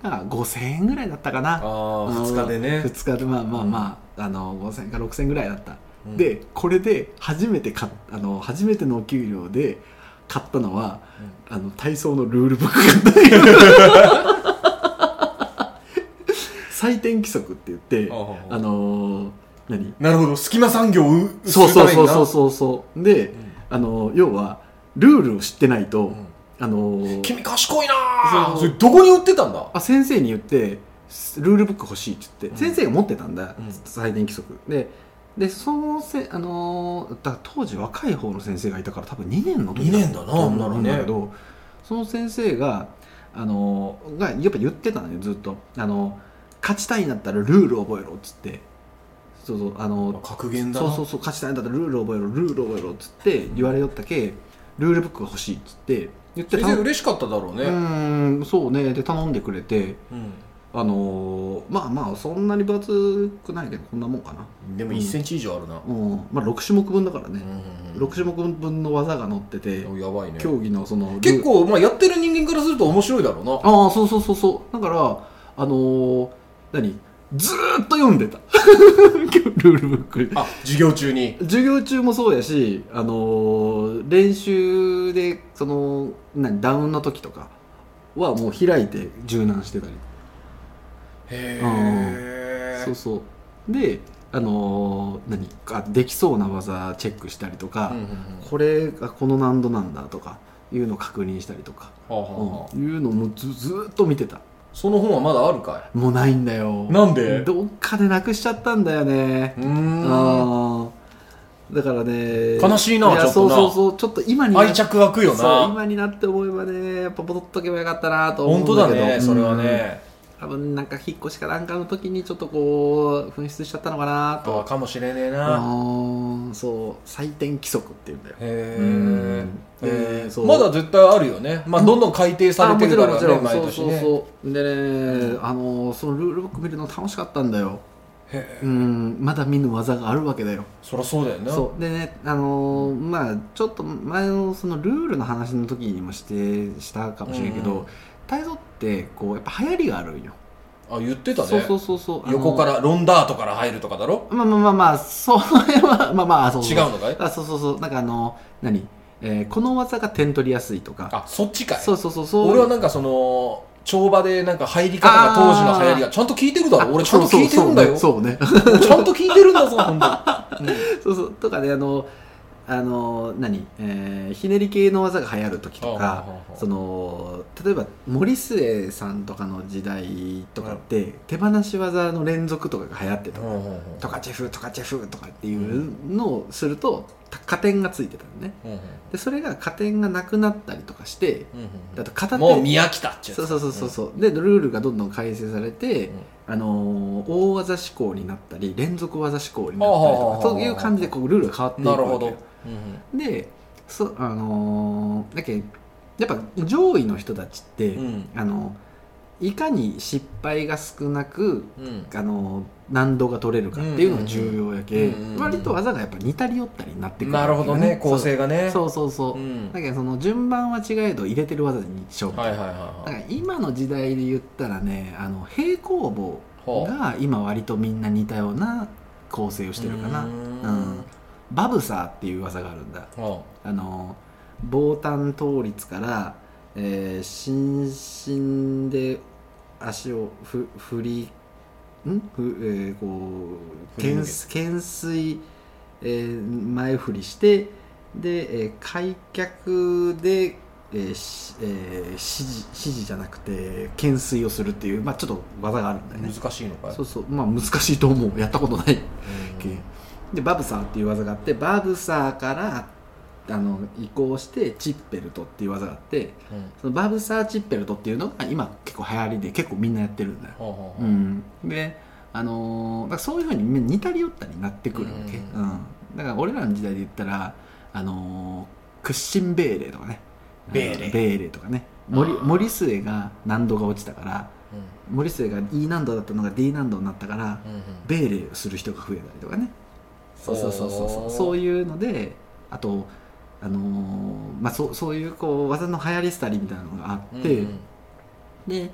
Speaker 1: が5000円ぐらいだったかな
Speaker 2: ああ2日でね
Speaker 1: 2日でまあまあまあ、あのー5000円か6000円ぐらいだった、
Speaker 2: うん
Speaker 1: でこれで初めて買っあのー初めてのお給料で買ったのはあの体操のルールブック買ったんだ けど採点規則って言って
Speaker 2: ああああ
Speaker 1: あのー何
Speaker 2: なるほど隙間産業を
Speaker 1: そうそうそうそう
Speaker 2: う
Speaker 1: そうそうで、
Speaker 2: ん
Speaker 1: あの要はルールを知ってないと、
Speaker 2: ん
Speaker 1: あの
Speaker 2: 君賢いなー
Speaker 1: そう
Speaker 2: それどこに売ってたんだ
Speaker 1: あ先生に言ってすルールブック欲しいって言って、
Speaker 2: うん
Speaker 1: 先生が持ってたんだ、
Speaker 2: うん
Speaker 1: 採点規則ででそのせ、あのーだ当時若い方の先生がいたから多分2年の時
Speaker 2: 二年だな
Speaker 1: と思
Speaker 2: なる
Speaker 1: う
Speaker 2: ほど
Speaker 1: ん
Speaker 2: ね
Speaker 1: だけど、その先生が、あのーがやっぱ言ってたのよずっと、あの勝ちたいんだったらルール覚えろっつってそうそうあのー
Speaker 2: 格言だ
Speaker 1: そ
Speaker 2: な
Speaker 1: うそうそう勝ちたいんだったらルール覚えろルール覚えろっつって言われよったけルールブックが欲しいっつって言って
Speaker 2: 先生
Speaker 1: 頼ん
Speaker 2: 嬉しかっただろう
Speaker 1: う
Speaker 2: ね
Speaker 1: ーんそうねで頼んでくれて
Speaker 2: うん
Speaker 1: あのーまあまあそんなに分厚くないけどこんなもんかな、
Speaker 2: でも
Speaker 1: うん
Speaker 2: 1センチ以上あるな、
Speaker 1: うんまあ、6種目分だからね、
Speaker 2: 六
Speaker 1: 6種目分の技が乗ってて、
Speaker 2: 目やばいね
Speaker 1: 競技のそのルー
Speaker 2: 結構、まあ、やってる人間からすると面白いだろうな
Speaker 1: ああそうそうそうそうだからあのー何ずーっと読んでた ルールブック
Speaker 2: あ授業中に
Speaker 1: 授業中もそうやし、あのー練習でその何ダウンの時とかはもう開いて柔軟してたり、
Speaker 2: へえ
Speaker 1: そうそうであのー何かできそうな技チェックしたりとか、これがこの難度なんだとかいうのを確認したりとか、うんいうのもずずーっと見てた
Speaker 2: その本はまだあるか
Speaker 1: もうないんだよ
Speaker 2: いなんで
Speaker 1: どっかでなくしちゃったんだよね
Speaker 2: うーん
Speaker 1: あーだからね
Speaker 2: 悲しいない
Speaker 1: や
Speaker 2: ちょっとな
Speaker 1: そうそうそうちょっと今にな
Speaker 2: 愛着湧くよ
Speaker 1: そう
Speaker 2: な
Speaker 1: 今になって思えばねやっぱ戻っとけばよかったなと思うん
Speaker 2: 本
Speaker 1: だ
Speaker 2: 当だ
Speaker 1: けど
Speaker 2: ねそれは
Speaker 1: うん
Speaker 2: ね
Speaker 1: 多分なんか引っ越しかなんかの時にちょっとこう紛失しちゃったのかな
Speaker 2: あ
Speaker 1: と
Speaker 2: かもしれねえ
Speaker 1: あ
Speaker 2: な
Speaker 1: ーそう採点規則っていうんだよ
Speaker 2: へ
Speaker 1: うん
Speaker 2: え
Speaker 1: でそう
Speaker 2: まだ絶対あるよねまあどんどん改定されてるからね毎
Speaker 1: そう
Speaker 2: 年
Speaker 1: そう
Speaker 2: ね
Speaker 1: そうでね、あのそのルールブック見るの楽しかったんだよ
Speaker 2: へ
Speaker 1: う
Speaker 2: え
Speaker 1: んまだ見ぬ技があるわけだよ
Speaker 2: そりゃそうだよな
Speaker 1: そうでねあのーまあちょっと前のそのルールの話の時にもしてしたかもしれんけ
Speaker 2: うん
Speaker 1: ど体操ってこうやっぱ流行りがあるんよ、
Speaker 2: あ言ってた
Speaker 1: そう
Speaker 2: ね
Speaker 1: そうそうそうあの
Speaker 2: 横からロンダートから入るとかだろ
Speaker 1: まあまあまあまあそれはまあまあそうそう
Speaker 2: 違うのかい
Speaker 1: あそうそうそうなんかあの何、えーこの技が点取りやすいとか
Speaker 2: あそっちかい
Speaker 1: そうそうそうそう
Speaker 2: 俺はなんかその跳馬でなんか入り方が当時の流行りがちゃんと聞いてるだろ俺ちゃんと聞いてるんだよち
Speaker 1: そうね そうね
Speaker 2: ゃんと聞いてるん だぞ本当に、
Speaker 1: そうそうとかねあのあの何、えーひねり系の技が流行る時と
Speaker 2: はあは
Speaker 1: か
Speaker 2: あはあ
Speaker 1: その例えば森末さんとかの時代とかって、手放し技の連続とかが流行ってた、
Speaker 2: うんうんうん
Speaker 1: トカチェフトカチェフとかっていうのをするとた加点がついてたのね
Speaker 2: うんうん
Speaker 1: でそれが加点がなくなったりとかして
Speaker 2: うん
Speaker 1: あと片
Speaker 2: うん
Speaker 1: 手
Speaker 2: もう見飽きたっちゅ
Speaker 1: そうそうそうそうそうでルールがどんどん改正されて、
Speaker 2: うん
Speaker 1: あのー大技志向になったり連続技志向になったり
Speaker 2: あは
Speaker 1: と
Speaker 2: は
Speaker 1: かそういう感じでこうルールが変わっていく
Speaker 2: な
Speaker 1: わけ
Speaker 2: る
Speaker 1: よ
Speaker 2: ほど、うん
Speaker 1: でそあのーだけやっぱ上位の人たちって、
Speaker 2: うん
Speaker 1: あのいかに失敗が少なく
Speaker 2: うん
Speaker 1: あの難度が取れるかっていうのが重要やけ、
Speaker 2: うんうんうんうん
Speaker 1: 割と技がやっぱ似たり寄ったりになってくるわ
Speaker 2: な
Speaker 1: け
Speaker 2: る
Speaker 1: よ
Speaker 2: ほどね構成がね
Speaker 1: そうそうそうそう、
Speaker 2: うん
Speaker 1: だけどその順番は違えど入れてる技に勝負、
Speaker 2: はいはいはい
Speaker 1: だ
Speaker 2: は
Speaker 1: か
Speaker 2: い
Speaker 1: ら今の時代で言ったらねあの平行棒
Speaker 2: ほう
Speaker 1: が今割とみんな似たような構成をしてるかな、
Speaker 2: うー
Speaker 1: うんんバブサーっていう技があるんだ
Speaker 2: は
Speaker 1: あの防弾倒立から、えー、心身で足をふ振りんふ、えー、こう
Speaker 2: 振り抜
Speaker 1: 懸
Speaker 2: け
Speaker 1: 懸垂、えー前振りしてで、えー開脚で、えーしえー指示指示じゃなくて懸垂をするっていう、まあ、ちょっと技があるんだよね
Speaker 2: あ難しいのかい
Speaker 1: そうそうまあ難しいと思うやったことない
Speaker 2: うん
Speaker 1: でバブサーっていう技があってバブサーからあの移行してチッペルトっていう技があって
Speaker 2: うん
Speaker 1: そのバブサーチッペルトっていうのが今結構流行りで結構みんなやってるんだよ、
Speaker 2: ほうほ
Speaker 1: う、
Speaker 2: うほうん
Speaker 1: で、あのーだからそういうふうに似たり寄ったりになってくるわけ、
Speaker 2: う
Speaker 1: うんんだから俺らの時代で言ったら、あのークッシンベーレーとかね
Speaker 2: ベーレ
Speaker 1: ベーレーとかね森森末が難度が落ちたから森末が E 難度だったのが D 難度になったから、
Speaker 2: うんうんうん
Speaker 1: ベーレをする人が増えたりとかねそうそうそうそうそ
Speaker 2: おー
Speaker 1: うそういうのであとあのーまあそうそういうこう技の流行りしたりみたいなのがあって、
Speaker 2: うん
Speaker 1: で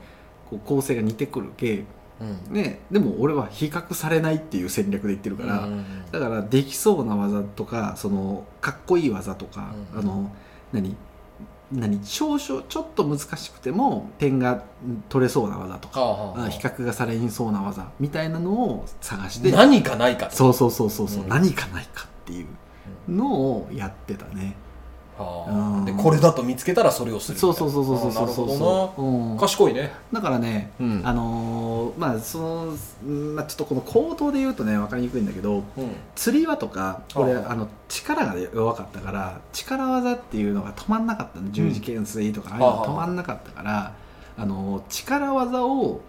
Speaker 1: こう構成が似てくるけ、
Speaker 2: うんうん
Speaker 1: ね、でも俺は比較されないっていう戦略で言ってるから、
Speaker 2: うんうんうん
Speaker 1: だからできそうな技とかそのかっこいい技とか、
Speaker 2: うん
Speaker 1: あの何何少々ちょっと難しくても点がうん取れそうな技とか
Speaker 2: はあはあはあ
Speaker 1: 比較がされんそうな技みたいなのを探して
Speaker 2: 何かないかと
Speaker 1: そうそうそうそうそう、
Speaker 2: うん
Speaker 1: 何かないかっていうのをやってたね、
Speaker 2: はあ
Speaker 1: うん
Speaker 2: でこれだと見つけたらそれをするみたい
Speaker 1: そう
Speaker 2: な
Speaker 1: そうそうそうそうそうそう
Speaker 2: あーなるほ
Speaker 1: う
Speaker 2: ど
Speaker 1: ん
Speaker 2: な賢いね
Speaker 1: だからね、
Speaker 2: うん
Speaker 1: あのーまあその、うんまあ、ちょっとこの口頭で言うとね分かりにくいんだけど
Speaker 2: うん
Speaker 1: 釣り輪とか俺
Speaker 2: ああ
Speaker 1: あの力が弱かったから力技っていうのが止まんなかったの十字懸垂とか、ああいうの
Speaker 2: ああ
Speaker 1: 止まんなかったからあのー力技を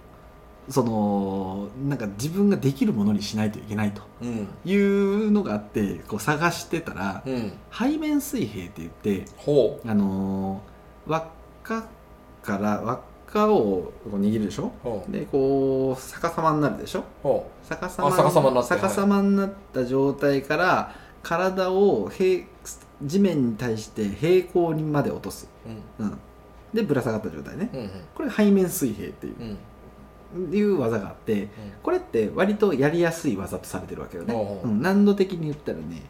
Speaker 1: そのなんか自分ができるものにしないといけないと
Speaker 2: うん
Speaker 1: いうのがあってこう探してたら、
Speaker 2: うん
Speaker 1: 背面水平って言って、
Speaker 2: ほ
Speaker 1: あのー輪っかから輪っかをこう握るでしょ
Speaker 2: ほう
Speaker 1: でこう逆さまになるでしょ
Speaker 2: ほ
Speaker 1: 逆さま
Speaker 2: あ逆さまになって
Speaker 1: 逆さまになった状態から体を平地面に対して平行にまで落とす、
Speaker 2: ううん
Speaker 1: うん、でぶら下がった状態ね
Speaker 2: うんうん
Speaker 1: これ背面水平っていう,、
Speaker 2: うん
Speaker 1: いう技があってこれって割とやりやすい技とされてるわけよね、
Speaker 2: ほうほう
Speaker 1: うん難度的に言ったらね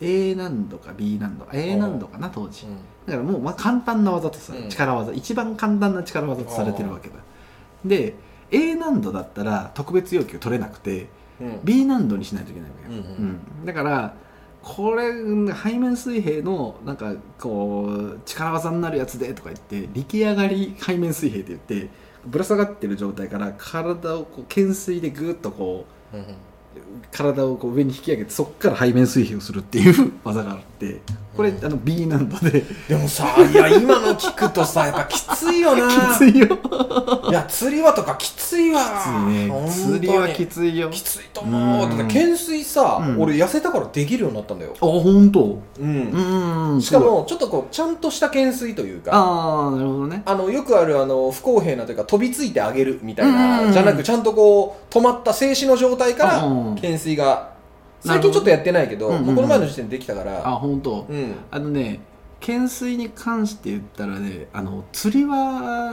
Speaker 1: A 難度か B 難度 A 難度かな当時
Speaker 2: うん
Speaker 1: だからもうまあ簡単な技とさ、
Speaker 2: うん
Speaker 1: 力技一番簡単な力技とされてるわけだで A 難度だったら特別要求取れなくて
Speaker 2: うん
Speaker 1: B 難度にしないといけないわけ
Speaker 2: うん
Speaker 1: よ、
Speaker 2: う
Speaker 1: うんんだからこれうん背面水平のなんかこう力技になるやつでとか言って力上がり背面水平って言ってぶら下がってる状態から体をこう懸垂でグーッとこう
Speaker 2: うんうん
Speaker 1: 体をこう上に引き上げてそこから背面水平をするっていう技があってこれ、
Speaker 2: うん
Speaker 1: あの B 難度でき
Speaker 2: でもさいや今の聞くとさやっぱきついよな
Speaker 1: ついよき
Speaker 2: いや釣りはとかきついわ
Speaker 1: ついね釣りはき
Speaker 2: つい
Speaker 1: ついよ
Speaker 2: きついと思う
Speaker 1: うん
Speaker 2: だって懸垂さ、
Speaker 1: うん
Speaker 2: 俺痩せたからできるようになったんだよ
Speaker 1: あ、本当
Speaker 2: うん
Speaker 1: うんうん
Speaker 2: しかもちょっとこうちゃんとした懸垂というかあ
Speaker 1: ああなるほどね
Speaker 2: のよくあるあの不公平なというか飛びついてあげるみたい
Speaker 1: うんうんう
Speaker 2: なんじゃなくちゃんとこう止まった静止の状態か
Speaker 1: う
Speaker 2: ら
Speaker 1: ん
Speaker 2: 懸垂が
Speaker 1: な
Speaker 2: 最
Speaker 1: るほど
Speaker 2: 近ちょっとやってないけど
Speaker 1: うんうんうん
Speaker 2: もうこの前の時点でできたか
Speaker 1: あ
Speaker 2: ら
Speaker 1: 本当
Speaker 2: うん
Speaker 1: あのね懸垂に関して言ったらねあの釣りは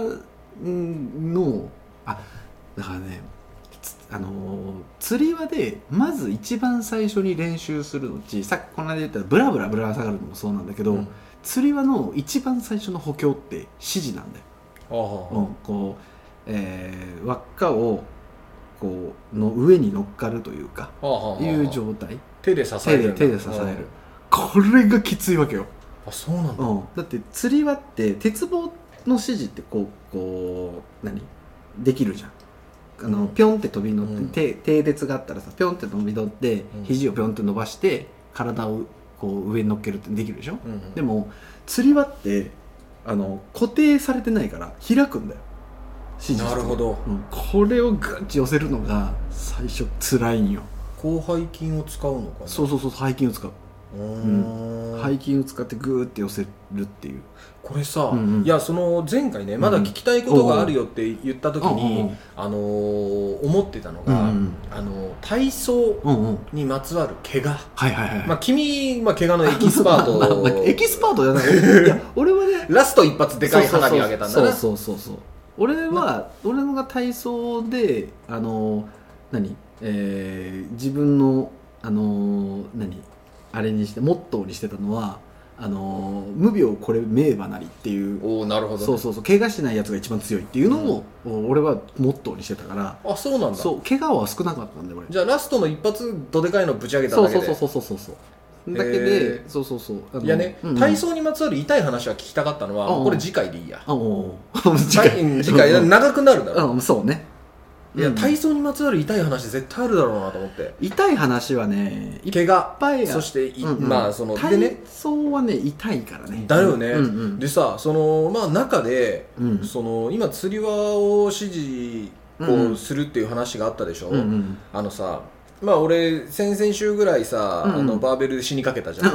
Speaker 1: うんのあだからねつあのー釣り輪でまず一番最初に練習するのうちさっきこの間言ったブラブラぶら下がるのもそうなんだけど、
Speaker 2: うん
Speaker 1: 釣り輪の一番最初の補強って指示なんだよ、
Speaker 2: あ
Speaker 1: う
Speaker 2: は
Speaker 1: んこう、えー輪っかをこうの上に乗っかるというか
Speaker 2: あはあ
Speaker 1: いう状態
Speaker 2: 手で支
Speaker 1: 手で
Speaker 2: んだ
Speaker 1: 手で支
Speaker 2: う
Speaker 1: え
Speaker 2: ん
Speaker 1: るこれがきついわけよ、
Speaker 2: あそうなんだ
Speaker 1: うん、だって釣り輪って鉄棒の指示ってこうこう何できるじゃんあの、
Speaker 2: うん
Speaker 1: ピョンって飛び乗って、
Speaker 2: うん
Speaker 1: 手手鉄があったらさピョンって飛び乗って
Speaker 2: うん
Speaker 1: 肘をピョンって伸ばして体をこう上に乗っけるってできるでしょ、
Speaker 2: うんうん
Speaker 1: でも釣り輪ってあの固定されてないから開くんだよ指示
Speaker 2: なるほど
Speaker 1: うん、これをグッチ寄せるのが最初辛いんよ
Speaker 2: 広背筋を使うのかな
Speaker 1: そうそうそう背筋を使う
Speaker 2: うーん
Speaker 1: 背筋を使ってグーって寄せるっていう
Speaker 2: これさ、
Speaker 1: うんうん
Speaker 2: いやその前回ね
Speaker 1: ん
Speaker 2: まだ聞きたいことがあるよって言った時に、
Speaker 1: うんうん
Speaker 2: あのー思ってたのが、
Speaker 1: うん
Speaker 2: あのー体操
Speaker 1: うんうん
Speaker 2: にまつわる怪我、
Speaker 1: はいはいはい、
Speaker 2: まあ、君、まあ、怪我のエキスパー
Speaker 1: まあまあ
Speaker 2: ト
Speaker 1: エキスパートじゃないいや俺はね
Speaker 2: ラスト一発でかい花火あげたんだ
Speaker 1: そう
Speaker 2: な
Speaker 1: そうそうそう俺は俺のが体操であの何えー自分のあの何あれにしてモットーにしてたのはあの無病これ名馬なりっていう
Speaker 2: おおなるほどね、
Speaker 1: そうそうそう怪我してないやつが一番強いっていうのを、俺はモットーにしてたから
Speaker 2: あそうなんだ
Speaker 1: そう怪我は少なかったんで俺
Speaker 2: じゃあラストの一発どでかいのぶち上げた
Speaker 1: そう
Speaker 2: だけ
Speaker 1: そう
Speaker 2: で
Speaker 1: そうそうそうそうそう
Speaker 2: へー
Speaker 1: だけでそうそうそうあの
Speaker 2: いやね、
Speaker 1: うんうん
Speaker 2: 体操にまつわる痛い話は聞きたかったのは、
Speaker 1: うんうん
Speaker 2: これ次回でいいや
Speaker 1: あおう次回
Speaker 2: はい次回
Speaker 1: うん
Speaker 2: 長くなるだろ、
Speaker 1: うんそうね
Speaker 2: いや
Speaker 1: うん
Speaker 2: 体操にまつわる痛い話絶対あるだろうなと思って
Speaker 1: 痛い話はねいっ
Speaker 2: 怪我
Speaker 1: ぱいあ
Speaker 2: そしてい、
Speaker 1: うんうん
Speaker 2: まあそので
Speaker 1: 体
Speaker 2: ね
Speaker 1: 操はね痛いからね
Speaker 2: だよね
Speaker 1: うんうん
Speaker 2: でさそのまあ中で、
Speaker 1: うん
Speaker 2: その今釣り輪を指示
Speaker 1: うんう
Speaker 2: を
Speaker 1: ん
Speaker 2: するっていう話があったでしょ、
Speaker 1: うんうん
Speaker 2: あのさまあ俺先々週ぐらいさ、
Speaker 1: うんうん
Speaker 2: あのバーベル死にかけたじゃん、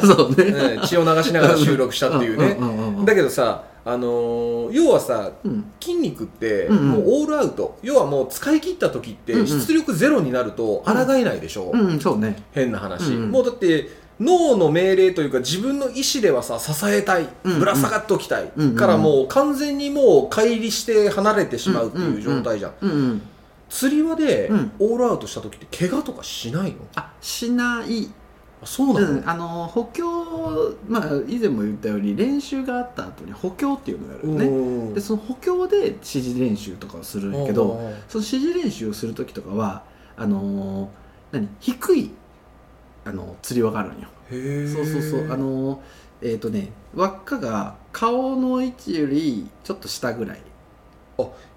Speaker 1: そうね
Speaker 2: ね血を流しながら収録したっていうね
Speaker 1: んんうんうん
Speaker 2: だけどさあのー要はさ
Speaker 1: うん
Speaker 2: 筋肉って
Speaker 1: うんうん
Speaker 2: もうオールアウト、要はもう使い切った時って
Speaker 1: うんうん
Speaker 2: 出力ゼロになると抗えないでしょ、
Speaker 1: うんそうね
Speaker 2: 変な話、
Speaker 1: うんうん
Speaker 2: もうだって脳の命令というか自分の意思ではさ支えたい
Speaker 1: うんうん
Speaker 2: ぶら下がっときたい、
Speaker 1: うんうん
Speaker 2: からもう完全にもう乖離して離れてしまうっていう状態じゃん、
Speaker 1: うんうん
Speaker 2: 釣り輪で
Speaker 1: うん
Speaker 2: オールアウトした時って怪我とかしないの
Speaker 1: あしない
Speaker 2: あそうなの、
Speaker 1: うん、あの補強、まあ、以前も言ったように練習があった後に補強っていうのをやるよね、
Speaker 2: うん
Speaker 1: でその補強で指示練習とかをするんやけど、
Speaker 2: うん
Speaker 1: その指示練習をする時とかはあのー何低いあの釣り輪があるんよ
Speaker 2: へえ
Speaker 1: そうそうそうあのーえっ、とね輪っかが顔の位置よりちょっと下ぐらい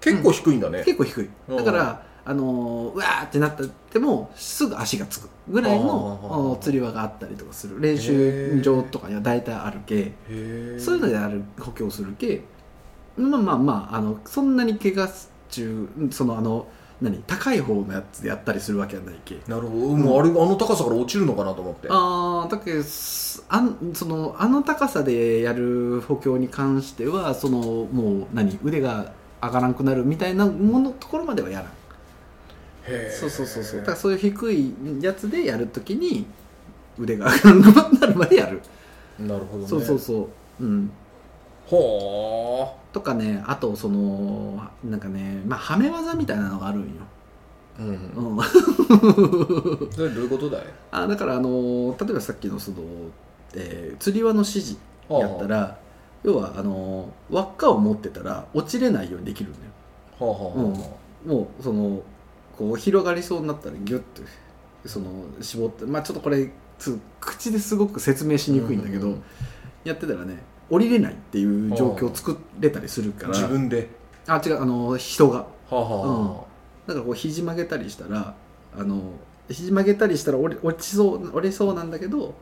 Speaker 2: 結構低いんだね、
Speaker 1: 結構低いだからあのーうわーってなったってもすぐ足がつくぐらいの
Speaker 2: あー
Speaker 1: あの釣り輪があったりとかする練習場とかには大体あるけ
Speaker 2: へえ
Speaker 1: そういうのである補強するけまあまあまああのそんなに怪我中そのあの何高い方のやつでやったりするわけはないけ
Speaker 2: なるほど、もうあれあの高さから落ちるのかなと思って
Speaker 1: あーだけどすあんそのあの高さでやる補強に関してはそのもう何腕が上がらんくなるみたいなものところまではやらん
Speaker 2: へー
Speaker 1: そうそうそうそうだからそういう低いやつでやるときに腕が上がらんくなるまでやる、
Speaker 2: なるほどね
Speaker 1: そうそうそううん
Speaker 2: ほ
Speaker 1: とかねあとそのなんかねまあはめ技みたいなのがあるんよ、
Speaker 2: ううん
Speaker 1: うん、
Speaker 2: それどういうことだい
Speaker 1: あだからあの例えばさっきのその、えー釣り輪の指示やったら、要はあの輪っかを持ってたら落ちれないようにできるんだよ
Speaker 2: はあはあはあは
Speaker 1: もうそのこう広がりそうになったらギュッとその絞ってまあちょっとこれつ口ですごく説明しにくいんだけど、
Speaker 2: うんうんうん
Speaker 1: やってたらね降りれないっていう状況を作れたりする
Speaker 2: あ
Speaker 1: から
Speaker 2: 自分で
Speaker 1: あ違うあの人が
Speaker 2: はあはあはあ
Speaker 1: だからこう肘曲げたりしたらあの肘曲げたりしたら折れ落ちそう折れそうなんだけど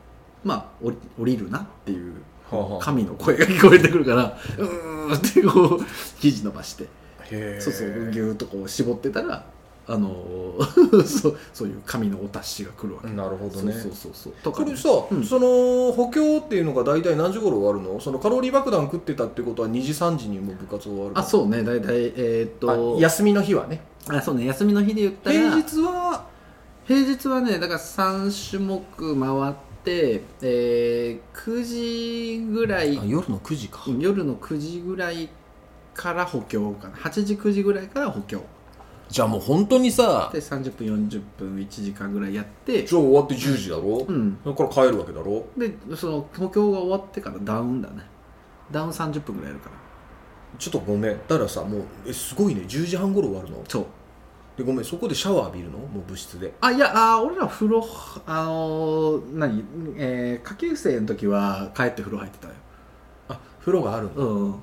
Speaker 1: まあ降り降りるなっていう
Speaker 2: はあはあ
Speaker 1: 神の声が聞こえてくるからうーんってこう肘伸ばして
Speaker 2: へえ
Speaker 1: そうそうぎゅーっとこう絞ってたらあのー そうそういう神のお達しが来るわけ、
Speaker 2: なるほど
Speaker 1: そう
Speaker 2: ね
Speaker 1: そうそうそうとか
Speaker 2: これ
Speaker 1: ね
Speaker 2: さ、
Speaker 1: うん
Speaker 2: その補強っていうのが大体何時頃終わるのそのカロリー爆弾食ってたってことは2時3時にもう部活終わる
Speaker 1: あそうね大体えーっと
Speaker 2: あ休みの日はね
Speaker 1: あそうね休みの日で言ったら
Speaker 2: 平日は
Speaker 1: 平日はねだから3種目回って、えー9時ぐらい
Speaker 2: 夜の9時か
Speaker 1: うん夜の9時ぐらいから補強かな8時9時ぐらいから補強
Speaker 2: じゃあもう本当にさ
Speaker 1: で30分40分1時間ぐらいやって
Speaker 2: じゃあ終わって10時だろ、
Speaker 1: うん
Speaker 2: それから帰るわけだろ
Speaker 1: でその補強が終わってからダウンだねダウン30分ぐらいやるから
Speaker 2: ちょっとごめんだからさもうえすごいね10時半頃終わるの
Speaker 1: そう
Speaker 2: でごめんそこでシャワー浴びるのもう部室で
Speaker 1: あいやあー俺ら風呂あのー何えー、下級生の時は帰って風呂入ってたよ
Speaker 2: あ風呂があるの
Speaker 1: うん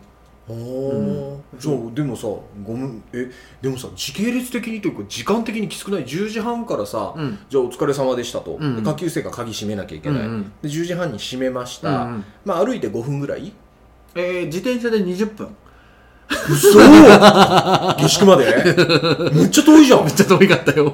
Speaker 2: おお、じゃあでもさごめんえでもさ時系列的にというか時間的にきつくない10時半からさ、
Speaker 1: うん
Speaker 2: じゃあお疲れ様でしたと、
Speaker 1: うん
Speaker 2: で下級生が鍵閉めなきゃいけない、
Speaker 1: うんうん
Speaker 2: で10時半に閉めました、
Speaker 1: うんうん
Speaker 2: まあ歩いて5分ぐらい
Speaker 1: えー、自転車で20分
Speaker 2: 嘘下 宿までめっちゃ遠いじゃん
Speaker 1: めっちゃ遠かったよ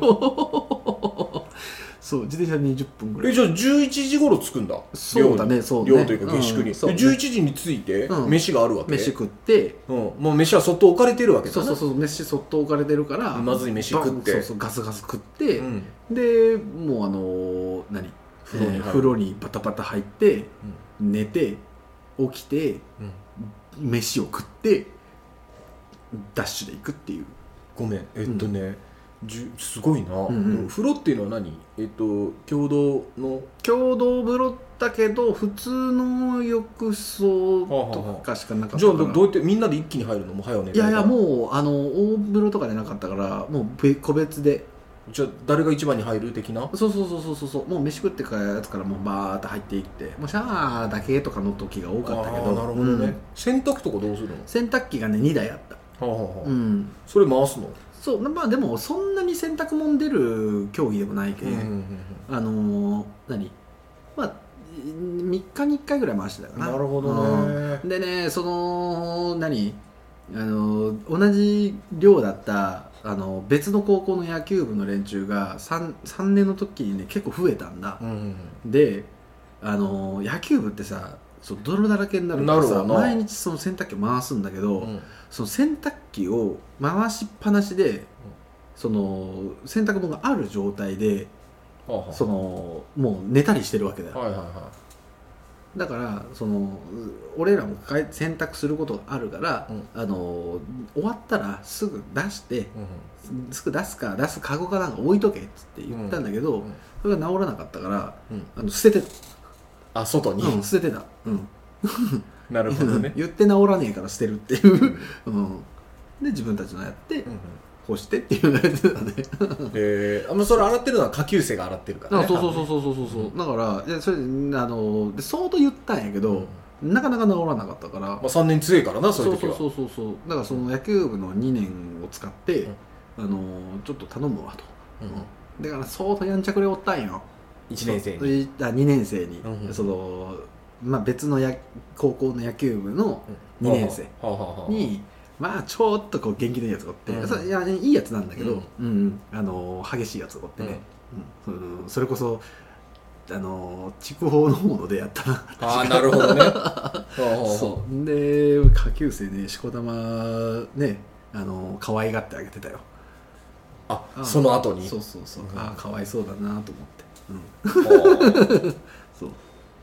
Speaker 1: そう自転車で20分ぐらい
Speaker 2: えじゃあ11時頃着くんだ
Speaker 1: そうだね
Speaker 2: 寮に
Speaker 1: そうね
Speaker 2: 寮というか下宿に、
Speaker 1: うんそうね
Speaker 2: で11時に着いて、
Speaker 1: うん
Speaker 2: 飯があるわけ
Speaker 1: 飯食って
Speaker 2: うん、もう飯はそっと置かれてるわけだ
Speaker 1: そうそう
Speaker 2: そ
Speaker 1: そう飯そっと置かれてるから
Speaker 2: まずい飯食って
Speaker 1: バンそうそうガスガス食って、
Speaker 2: ん、
Speaker 1: でもうあのー何
Speaker 2: 風呂に入る
Speaker 1: えー風呂にバタバタ入って寝て起きて
Speaker 2: うん、
Speaker 1: 飯を食ってダッシュで行くっていう
Speaker 2: ごめんえっとね、じゅすごいな、
Speaker 1: んうん
Speaker 2: 風呂っていうのは何えっと共同の
Speaker 1: 共同風呂だけど普通の浴槽とかしかなかった
Speaker 2: じゃ
Speaker 1: か
Speaker 2: あ
Speaker 1: ら
Speaker 2: どどうやってみんなで一気に入るのもう早寝
Speaker 1: いやいや
Speaker 2: う
Speaker 1: もうあの大風呂とかじゃなかったからもうべ個別で
Speaker 2: じゃあ誰が一番に入る的な
Speaker 1: そうそうそうそうそうそうもう飯食ってからやつからもうバーッと入っていってもうシャワーだけとかの時が多かったけ
Speaker 2: あ
Speaker 1: ど
Speaker 2: ーなるほどね、
Speaker 1: うん
Speaker 2: 洗濯とかどうするの、
Speaker 1: 洗濯機がね2台あったうん
Speaker 2: それ回すの、
Speaker 1: そうまあでもそんなに洗濯物出る競技でもないけ、あのー何まあ3日に1回ぐらい回してたかな
Speaker 2: なるほどね、
Speaker 1: うんでねその何あの同じ寮だったあの別の高校の野球部の連中が 3, 3年の時にね結構増えたんだ、
Speaker 2: うん
Speaker 1: であの野球部ってさそう泥だらけになるから
Speaker 2: なる
Speaker 1: さ
Speaker 2: わな
Speaker 1: 毎日その洗濯機を回すんだけど、
Speaker 2: うん
Speaker 1: その洗濯機を回しっぱなしでその洗濯物がある状態で
Speaker 2: はあは
Speaker 1: そのもう寝たりしてるわけだよ
Speaker 2: あはいはいは
Speaker 1: だからそのう俺らもかえ洗濯することがあるから、
Speaker 2: うん
Speaker 1: あの終わったらすぐ出して
Speaker 2: い、
Speaker 1: すぐ出すか出すカゴかなんか置いとけっつって言ったんだけど、
Speaker 2: んうん
Speaker 1: それが治らなかったから
Speaker 2: うん
Speaker 1: あの捨てて
Speaker 2: あ外に、
Speaker 1: た、うん、捨ててた、うん
Speaker 2: なるほどね
Speaker 1: 言って治らねえから捨てるっていう、うん、で自分たちのやって
Speaker 2: うん
Speaker 1: 干してっていうのやってたね
Speaker 2: えー、あまあそれ洗ってるのは下級生が洗ってるから、
Speaker 1: あ
Speaker 2: ね、
Speaker 1: そうそうそうそうそうそうそうだからいやそれであので相当言ったんやけど、なかなか治らなかったから
Speaker 2: まあ、3年強いからなそうい
Speaker 1: そうう
Speaker 2: 時
Speaker 1: そう
Speaker 2: は
Speaker 1: そうそうそうだからその野球部の2年を使って、
Speaker 2: うん
Speaker 1: あのちょっと頼むわと、
Speaker 2: うん
Speaker 1: うんだから相当やんちゃくれおったんよ
Speaker 2: 1年生に
Speaker 1: に2年生に、
Speaker 2: うんうん
Speaker 1: その、まあ、別のや高校の野球部の
Speaker 2: うん
Speaker 1: 2年生
Speaker 2: はあはあはあ
Speaker 1: に、まあちょっとこう元気のいいやつがおって、
Speaker 2: うん
Speaker 1: それいやいいやつなんだけど、うんうんあの激しいやつがおってね、うんそそれこそあの筑豊の方のでやったな
Speaker 2: ああ なるほどねはあはあはあ
Speaker 1: そうで下級生ねしこ玉ねあの可愛がってあげてたよ
Speaker 2: あ
Speaker 1: あ
Speaker 2: その後に
Speaker 1: そうそうそう、
Speaker 2: うん
Speaker 1: ああかわいそうだなと思って、うん、
Speaker 2: は
Speaker 1: そう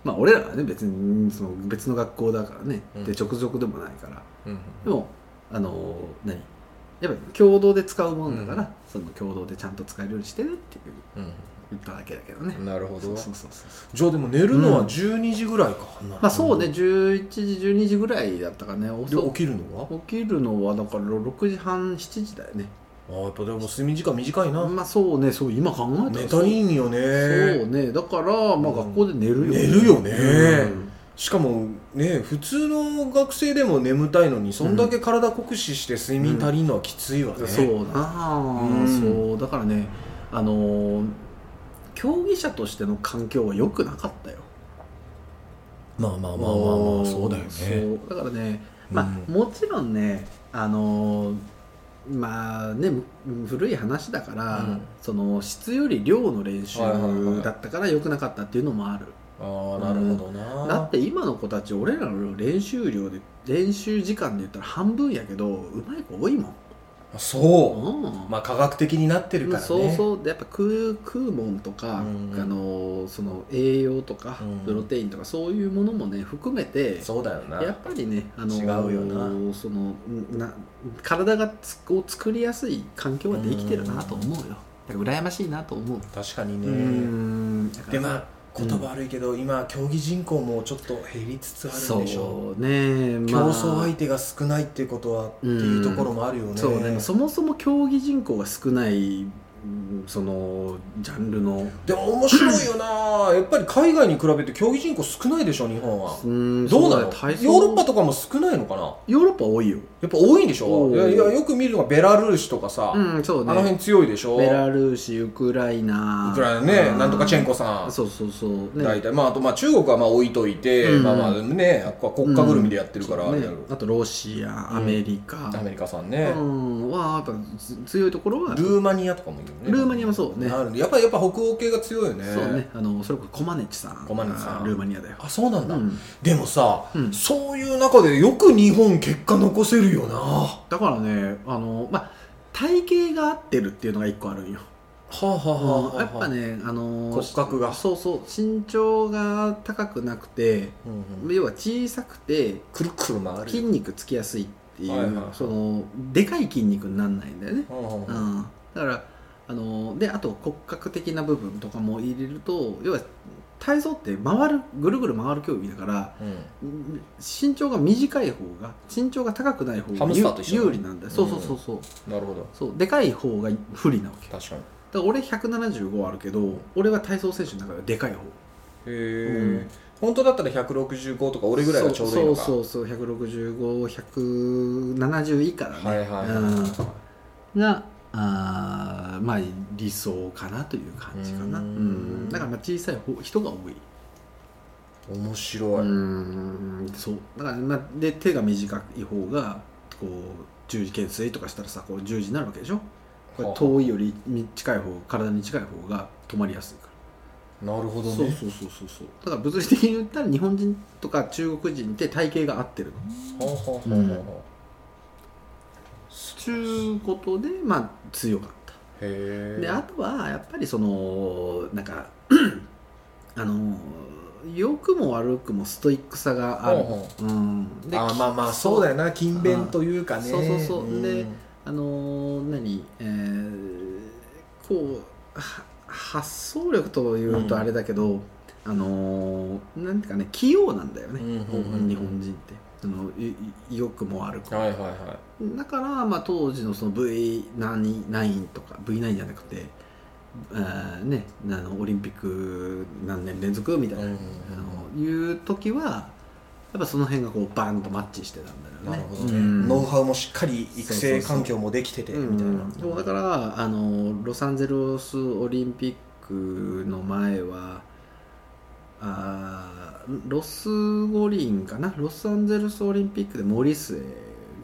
Speaker 1: まあ俺らはね別にその別の学校だからね、
Speaker 2: うん
Speaker 1: で直属でもないから
Speaker 2: あうん
Speaker 1: でもあのー何やっぱ共同で使うもんだから、
Speaker 2: うん
Speaker 1: その共同でちゃんと使えるようにしてねっていう
Speaker 2: う
Speaker 1: 言っただけだけどね、
Speaker 2: んなるほ
Speaker 1: そ
Speaker 2: ど
Speaker 1: うそうそうそう
Speaker 2: じゃあでも寝るの
Speaker 1: う
Speaker 2: は
Speaker 1: ん
Speaker 2: 12時ぐらいか、
Speaker 1: まあそうね11時12時ぐらいだったかね
Speaker 2: で
Speaker 1: 遅
Speaker 2: 起
Speaker 1: 起
Speaker 2: きるのは
Speaker 1: きるのはだから6時半7時だよね
Speaker 2: あやっぱでも睡眠時間短いな、
Speaker 1: まあそうねそう今考えた
Speaker 2: 寝
Speaker 1: ら
Speaker 2: た
Speaker 1: そう
Speaker 2: いんよ
Speaker 1: そう
Speaker 2: ね
Speaker 1: ねだからまあ
Speaker 2: うん
Speaker 1: 学校で寝るよ、
Speaker 2: 寝るよね
Speaker 1: うん
Speaker 2: しかもね普通の学生でも眠たいのにそんだけ体酷使して睡眠足りんのはきついわね、
Speaker 1: そうなあ、
Speaker 2: うん
Speaker 1: そうだからねあのー競技者としての環境は良くなかったよ
Speaker 2: まあまあまあまあまあそうだよね
Speaker 1: そうだからねまあ、
Speaker 2: うん
Speaker 1: もちろんねあのーまあねむ古い話だから、
Speaker 2: うん
Speaker 1: その質より量の練習
Speaker 2: はいはいはい
Speaker 1: だったから良くなかったっていうのもある、
Speaker 2: ああなるほどな、
Speaker 1: だって今の子たち俺らの練習量で練習時間で言ったら半分やけどうまい子多いもん、
Speaker 2: そう
Speaker 1: うん
Speaker 2: まあ科学的になってるからね
Speaker 1: そうそうでやっぱ食う食うもんとか、
Speaker 2: うん
Speaker 1: あのその栄養とか、
Speaker 2: うん
Speaker 1: プロテインとかそういうものもね含めて
Speaker 2: そうだよな
Speaker 1: やっぱりねあの
Speaker 2: 違うよな
Speaker 1: そのんな体がつを作りやすい環境はできてるなと思うよ、だから羨ましいなと思う
Speaker 2: 確かに
Speaker 1: う
Speaker 2: ね
Speaker 1: んだから
Speaker 2: でまあ言葉悪いけど、今競技人口もちょっと減りつつある
Speaker 1: そ
Speaker 2: んでしょ
Speaker 1: うね、
Speaker 2: う、
Speaker 1: まあ
Speaker 2: 競争相手が少ないっていうことは、
Speaker 1: うん
Speaker 2: っていうところもあるよね
Speaker 1: そうねそもそも競技人口が少ないうんそのジャンルの
Speaker 2: でも面白 いよなやっぱり海外に比べて競技人口少ないでしょ日本は、
Speaker 1: うん
Speaker 2: どうな
Speaker 1: そ
Speaker 2: の
Speaker 1: だね体操
Speaker 2: ヨーロッパとかも少ないのかな
Speaker 1: ヨーロッパは多いよ
Speaker 2: やっぱ多いんでし
Speaker 1: お
Speaker 2: ょ
Speaker 1: う
Speaker 2: いやいやよく見るのがベラルーシとかさ、
Speaker 1: うんそうね
Speaker 2: あの辺強いでしょ
Speaker 1: ベラルーシウクライナ
Speaker 2: ウクライナね
Speaker 1: うん
Speaker 2: なんとかチェンコさん
Speaker 1: そうそうそう
Speaker 2: 大体まああとまあ中国はまあ置いといて、
Speaker 1: うん
Speaker 2: まあまあねあここは国家ぐるみでやってるから、
Speaker 1: そう
Speaker 2: あれ
Speaker 1: ね
Speaker 2: だろう
Speaker 1: あとロシアアメリカ
Speaker 2: アメリカさん
Speaker 1: う
Speaker 2: ね、
Speaker 1: んはやっぱつ強いところは
Speaker 2: ルーマニアとかもいいよね
Speaker 1: ルーマニアもそうね
Speaker 2: なるやっぱりやっぱ北欧系が強いよね
Speaker 1: そうねあのそれこそコマネチさん
Speaker 2: コマネチさん
Speaker 1: ルーマニアだよ
Speaker 2: あそうなんだ、
Speaker 1: うん
Speaker 2: でもさ、
Speaker 1: うん
Speaker 2: そういう中でよく日本結果残せるよなは
Speaker 1: だからねあのまあ体型が合ってるっていうのが一個あるんよ
Speaker 2: あはあはあはあ
Speaker 1: やっぱねあの
Speaker 2: 骨格が
Speaker 1: そうそう身長が高くなくて
Speaker 2: うんうん
Speaker 1: 要は小さくて
Speaker 2: くるくる回る
Speaker 1: 筋肉つきやすいっていう、
Speaker 2: はいはいはい
Speaker 1: そのでかい筋肉にならないんだよね、
Speaker 2: うんうん
Speaker 1: う
Speaker 2: うん
Speaker 1: ん、だからあのであと骨格的な部分とかも入れると要は体操って回るぐるぐる回る競技だからうん身長が短い方が身長が高くない方
Speaker 2: ハ
Speaker 1: が
Speaker 2: ムスターと一緒だ
Speaker 1: 有利なんだよそうそうそうそう,、
Speaker 2: なるほど
Speaker 1: そうでかい方が不利なわけだか
Speaker 2: 確かに
Speaker 1: ら俺175あるけど俺は体操選手の中ではでかい方
Speaker 2: へえ、
Speaker 1: うん
Speaker 2: 本当だったら165とか俺ぐらいがちょうどいいのか
Speaker 1: そうそうそう165170以下だね、
Speaker 2: はいはいはい、
Speaker 1: うんがあーまあ理想かなという感じかな
Speaker 2: う
Speaker 1: うんんだからまあ小さい方人が多い
Speaker 2: 面白い、
Speaker 1: うんそうだから、まあ、で手が短い方がこう十字懸垂とかしたらさこう十字になるわけでしょこれ
Speaker 2: はあ
Speaker 1: 遠いより近い方体に近い方が止まりやすいから
Speaker 2: なるほどね
Speaker 1: そうそうそうそうそうだから物理的に言ったら日本人とか中国人って体型が合ってるの
Speaker 2: ほうほうほうほうほ
Speaker 1: ちゅうことでまあ強かった
Speaker 2: うへえ
Speaker 1: であとはやっぱりそのなんか あの良くも悪くもストイックさがある、
Speaker 2: ほうほ
Speaker 1: うん、で
Speaker 2: あまあまあそうだよな勤勉というかね
Speaker 1: そうそうそうで
Speaker 2: ん
Speaker 1: あの何、えーこうは発想力というとあれだけど、あのなんていうかね器用なんだよね、
Speaker 2: うんうんうんうん
Speaker 1: 日本人ってそのいい良くも悪くも
Speaker 2: はいはいは
Speaker 1: だから、まあ、当時のその V9 とか V9 じゃなくて、あーね、あのオリンピック何年連続みたい
Speaker 2: い、
Speaker 1: な、
Speaker 2: うん
Speaker 1: あのいう時はやっぱその辺がこうバーンとマッチしてたんだよね。
Speaker 2: なるほどね、
Speaker 1: うん
Speaker 2: ノウハウもしっかり育成環境もできてて
Speaker 1: うん
Speaker 2: みたいな、
Speaker 1: そうだからあのロサンゼルスオリンピックの前はあーロス五輪かなロサンゼルスオリンピックで森末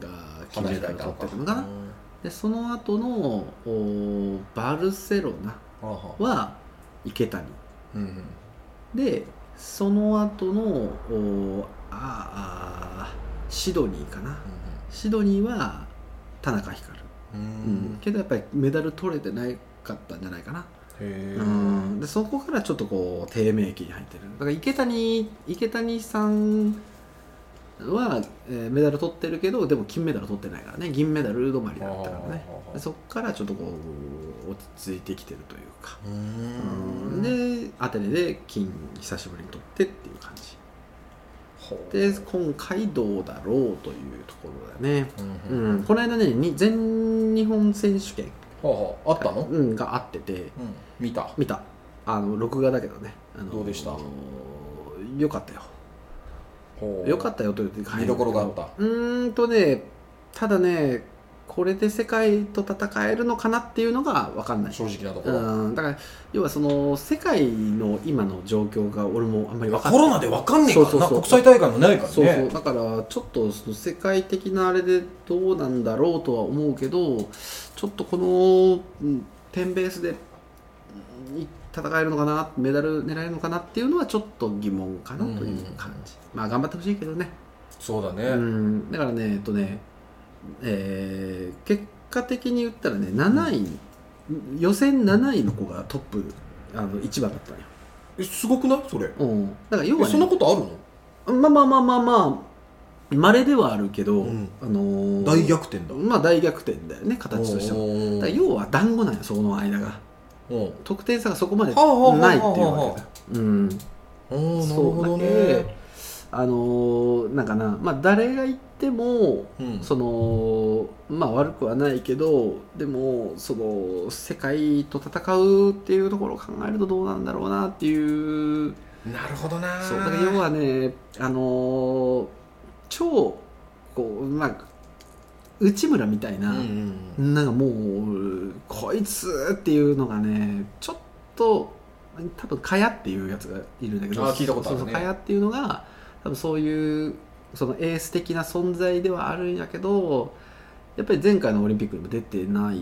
Speaker 1: が金メダルを取ってたのかな
Speaker 2: う。ん
Speaker 1: でその後のおバルセロナ
Speaker 2: はあはあ
Speaker 1: は池谷
Speaker 2: うん
Speaker 1: でその後のおああシドニーかなシドニーは田中光、
Speaker 2: う
Speaker 1: うん
Speaker 2: ん、
Speaker 1: けどやっぱりメダル取れてないかったんじゃないかな、
Speaker 2: へ
Speaker 1: うん、でそこからちょっとこう低迷期に入ってるだから池谷池谷さんは、えーメダル取ってるけどでも金メダル取ってないからね銀メダル止まりだったからねでそこからちょっとこう落ち着いてきてるというか、
Speaker 2: う
Speaker 1: うんん、でアテネで金久しぶりに取ってっていう感じ
Speaker 2: ほう
Speaker 1: で今回どうだろうというところだね、
Speaker 2: うんうん
Speaker 1: うん、この間ねに全日本選手権
Speaker 2: ほうほうあったの、
Speaker 1: うん、があってて
Speaker 2: うん、見た
Speaker 1: 見たあの録画だけどねあの
Speaker 2: どうでした
Speaker 1: よかったよ
Speaker 2: ほ
Speaker 1: よかったたよというと
Speaker 2: 見どころがあった
Speaker 1: うーんとねただねこれで世界と戦えるのかなっていうのが分かんない
Speaker 2: 正直なところ、
Speaker 1: うんだから要はその世界の今の状況が俺もあんまり分かん
Speaker 2: コ
Speaker 1: ない
Speaker 2: ロナでわかんねえからな
Speaker 1: そうそうそう
Speaker 2: 国際大会もないからね
Speaker 1: そうそうだからちょっとその世界的なあれでどうなんだろうとは思うけどちょっとこのうんテンベースでうんい戦えるのかなメダル狙えるのかなっていうのはちょっと疑問かなという感じ、まあ頑張ってほしいけどね、
Speaker 2: そうだね、
Speaker 1: うん、だからねえっとね、えー結果的に言ったらね7位、予選7位の子がトップあの1番だったのよ、
Speaker 2: えすごくないそれ、
Speaker 1: うん、だから要
Speaker 2: え
Speaker 1: は、ね、
Speaker 2: そんなことある
Speaker 1: ま
Speaker 2: の
Speaker 1: あまあまあまあまあ稀ではあるけど、
Speaker 2: うん
Speaker 1: あのー
Speaker 2: 大逆転だ
Speaker 1: まあ大逆転だよね形としてはだから要は団子なんやそこの間が
Speaker 2: おー
Speaker 1: 得点差がそこまで
Speaker 2: はあはあはあはあ
Speaker 1: ないっていうわけだうん
Speaker 2: おーなる
Speaker 1: そ
Speaker 2: ほど
Speaker 1: うだ
Speaker 2: ね
Speaker 1: けあのーなんかなまあ誰が言っても
Speaker 2: うん
Speaker 1: そのまあ悪くはないけどでもその世界と戦うっていうところを考えるとどうなんだろうなっていう
Speaker 2: なるほどな
Speaker 1: そうだから要はねあのー超こうまあ内村みたいな、
Speaker 2: うんうんうん
Speaker 1: なんかもうこいつっていうのがねちょっと多分かやっていうやつがいるんだけど
Speaker 2: あー聞いたことあるね
Speaker 1: そうそうかやっていうのが多分そういうそのエース的な存在ではあるんやけどやっぱり前回のオリンピックにも出てない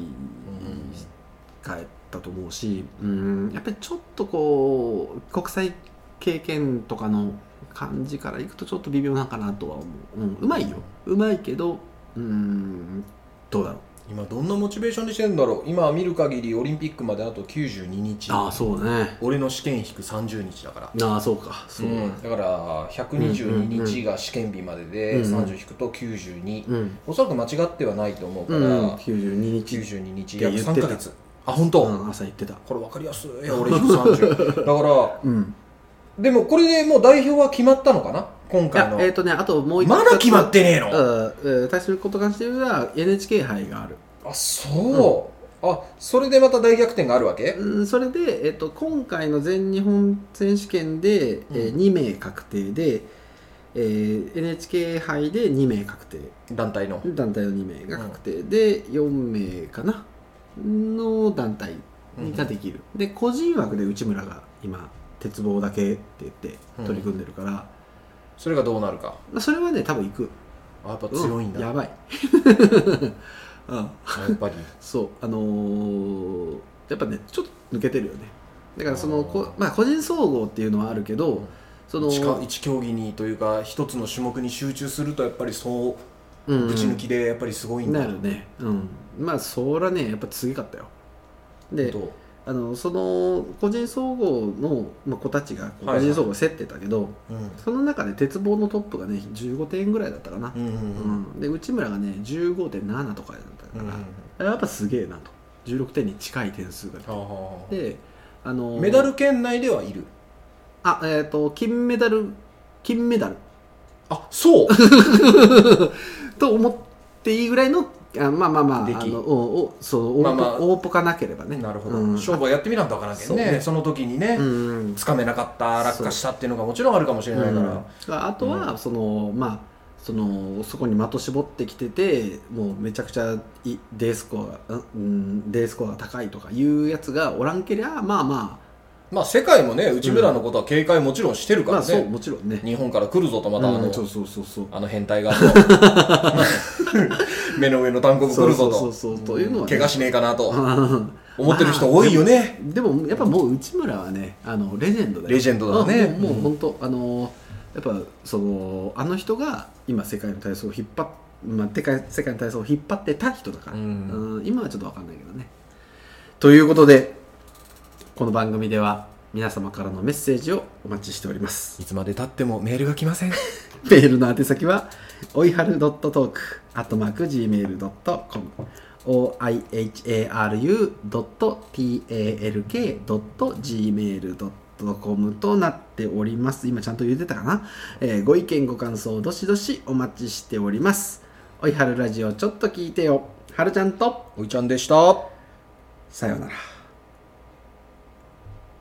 Speaker 1: 帰ったと思うし、うん、やっぱりちょっとこう国際経験とかの感じからいくとちょっと微妙なんかなとは思う、うん、うまいようまいけどうんどうだろう
Speaker 2: 今どんなモチベーションでしてんだろう今見る限りオリンピックまであと92日
Speaker 1: ああそうね
Speaker 2: 俺の試験引く30日だから
Speaker 1: ああそうかそううだ
Speaker 2: んだから122日が試験日までで、
Speaker 1: うんうん
Speaker 2: 30引くと92、
Speaker 1: うん、
Speaker 2: おそらく間違ってはないと思う
Speaker 1: う
Speaker 2: から、
Speaker 1: ん、92日
Speaker 2: 92日
Speaker 1: って言っ
Speaker 2: 約
Speaker 1: てた
Speaker 2: 3ヶ月あ本当、
Speaker 1: うん朝言ってた
Speaker 2: これ分かりやすいいや俺引く30だから
Speaker 1: うん
Speaker 2: でもこれでもう代表は決まったのかな今
Speaker 1: い
Speaker 2: 回
Speaker 1: や
Speaker 2: の、
Speaker 1: えっ、とねあともう一
Speaker 2: まだ決まっててねえの、
Speaker 1: うん、うん対することに関しては NHK 杯がある
Speaker 2: あそう、あそれでまた大逆転があるわけ、
Speaker 1: うん、それで、えっと、今回の全日本選手権で、えー
Speaker 2: うん
Speaker 1: 2名確定で、えー NHK 杯で2名確定
Speaker 2: 団体の、
Speaker 1: 団体の2名が確定で、4名かなの団体ができる、で個人枠で内村が今鉄棒だけって言って取り組んでるから、ま
Speaker 2: それがどうなるか
Speaker 1: あ、それはね多分行く
Speaker 2: あやっぱ強いんだ、
Speaker 1: うや
Speaker 2: や
Speaker 1: ばい、 うん、
Speaker 2: っぱり
Speaker 1: そうあのーやっぱねちょっと抜けてるよねだからそのこ
Speaker 2: あ、ー
Speaker 1: まあ、個人総合っていうのはあるけど、
Speaker 2: うん
Speaker 1: その
Speaker 2: 一か一競技にというか一つの種目に集中するとやっぱりそう
Speaker 1: うん
Speaker 2: ぶち抜きでやっぱりすごいんだ、
Speaker 1: なるねうんまあそらねやっぱ次かったよで
Speaker 2: ど
Speaker 1: あのその個人総合の、まあ、子たちが
Speaker 2: はいは
Speaker 1: 個
Speaker 2: い
Speaker 1: 人総合競ってたけど、
Speaker 2: ううん
Speaker 1: その中で鉄棒のトップがね15点ぐらいだったかな
Speaker 2: う、んうん
Speaker 1: う
Speaker 2: うん
Speaker 1: んで内村がね15.7とかだったか
Speaker 2: うんうん
Speaker 1: ら、やっぱすげえなと16点に近い点数が出て
Speaker 2: はあはあ
Speaker 1: であのー
Speaker 2: メダル圏内ではいる
Speaker 1: あえっ、と金メダル金メダル
Speaker 2: あそう
Speaker 1: と思っていいぐらいのあまあまあまあ
Speaker 2: 出来
Speaker 1: あのおおそう大,、
Speaker 2: まあまあ
Speaker 1: 大ポカなければね
Speaker 2: なるほど、
Speaker 1: うん、
Speaker 2: 勝負はやってみなんとわからんけど
Speaker 1: そう
Speaker 2: ね
Speaker 1: ね
Speaker 2: その時にね、
Speaker 1: うん
Speaker 2: つかめなかった落下したっていうのがもちろんあるかもしれない
Speaker 1: う
Speaker 2: から、
Speaker 1: んあとは、そのまあそのそこに的絞ってきててもうめちゃくちゃい D スコアが、うん、D スコアが高いとかいうやつがおらんけりゃまあま
Speaker 2: まあ世界もね内村のことは警戒もちろんしてる
Speaker 1: あ
Speaker 2: か
Speaker 1: ま
Speaker 2: ら
Speaker 1: あ
Speaker 2: ね、
Speaker 1: そうもちろんね
Speaker 2: 日本から来るぞとまたあの、
Speaker 1: うんそうそうそうそう
Speaker 2: あの変態が目の上の単国来るぞと
Speaker 1: そうそうそうそうというのはね
Speaker 2: 怪我しねえかなと
Speaker 1: うん
Speaker 2: 思ってる人多いよね、
Speaker 1: でもやっぱもう内村はねあのレジェンドだよ
Speaker 2: レジェンドだね
Speaker 1: あもうもう
Speaker 2: うん
Speaker 1: 本当、あのやっぱそのあの人が今世界の体操を引っ張っまあ、世界世界の体操を引っ張ってた人だから、う
Speaker 2: う
Speaker 1: んん、今はちょっと分かんないけどねということでこの番組では皆様からのメッセージをお待ちしております
Speaker 2: いつまでたってもメールが来ません
Speaker 1: メールの宛先は、おいはる .talk、アットマーク gmail.com、oiharu.talk.gmail.com となっております。今ちゃんと言ってたかな、えーご意見、ご感想、どしどしお待ちしております。おいはるラジオ、ちょっと聞いてよ。はるちゃんと、
Speaker 2: おいちゃんでした
Speaker 1: さようなら。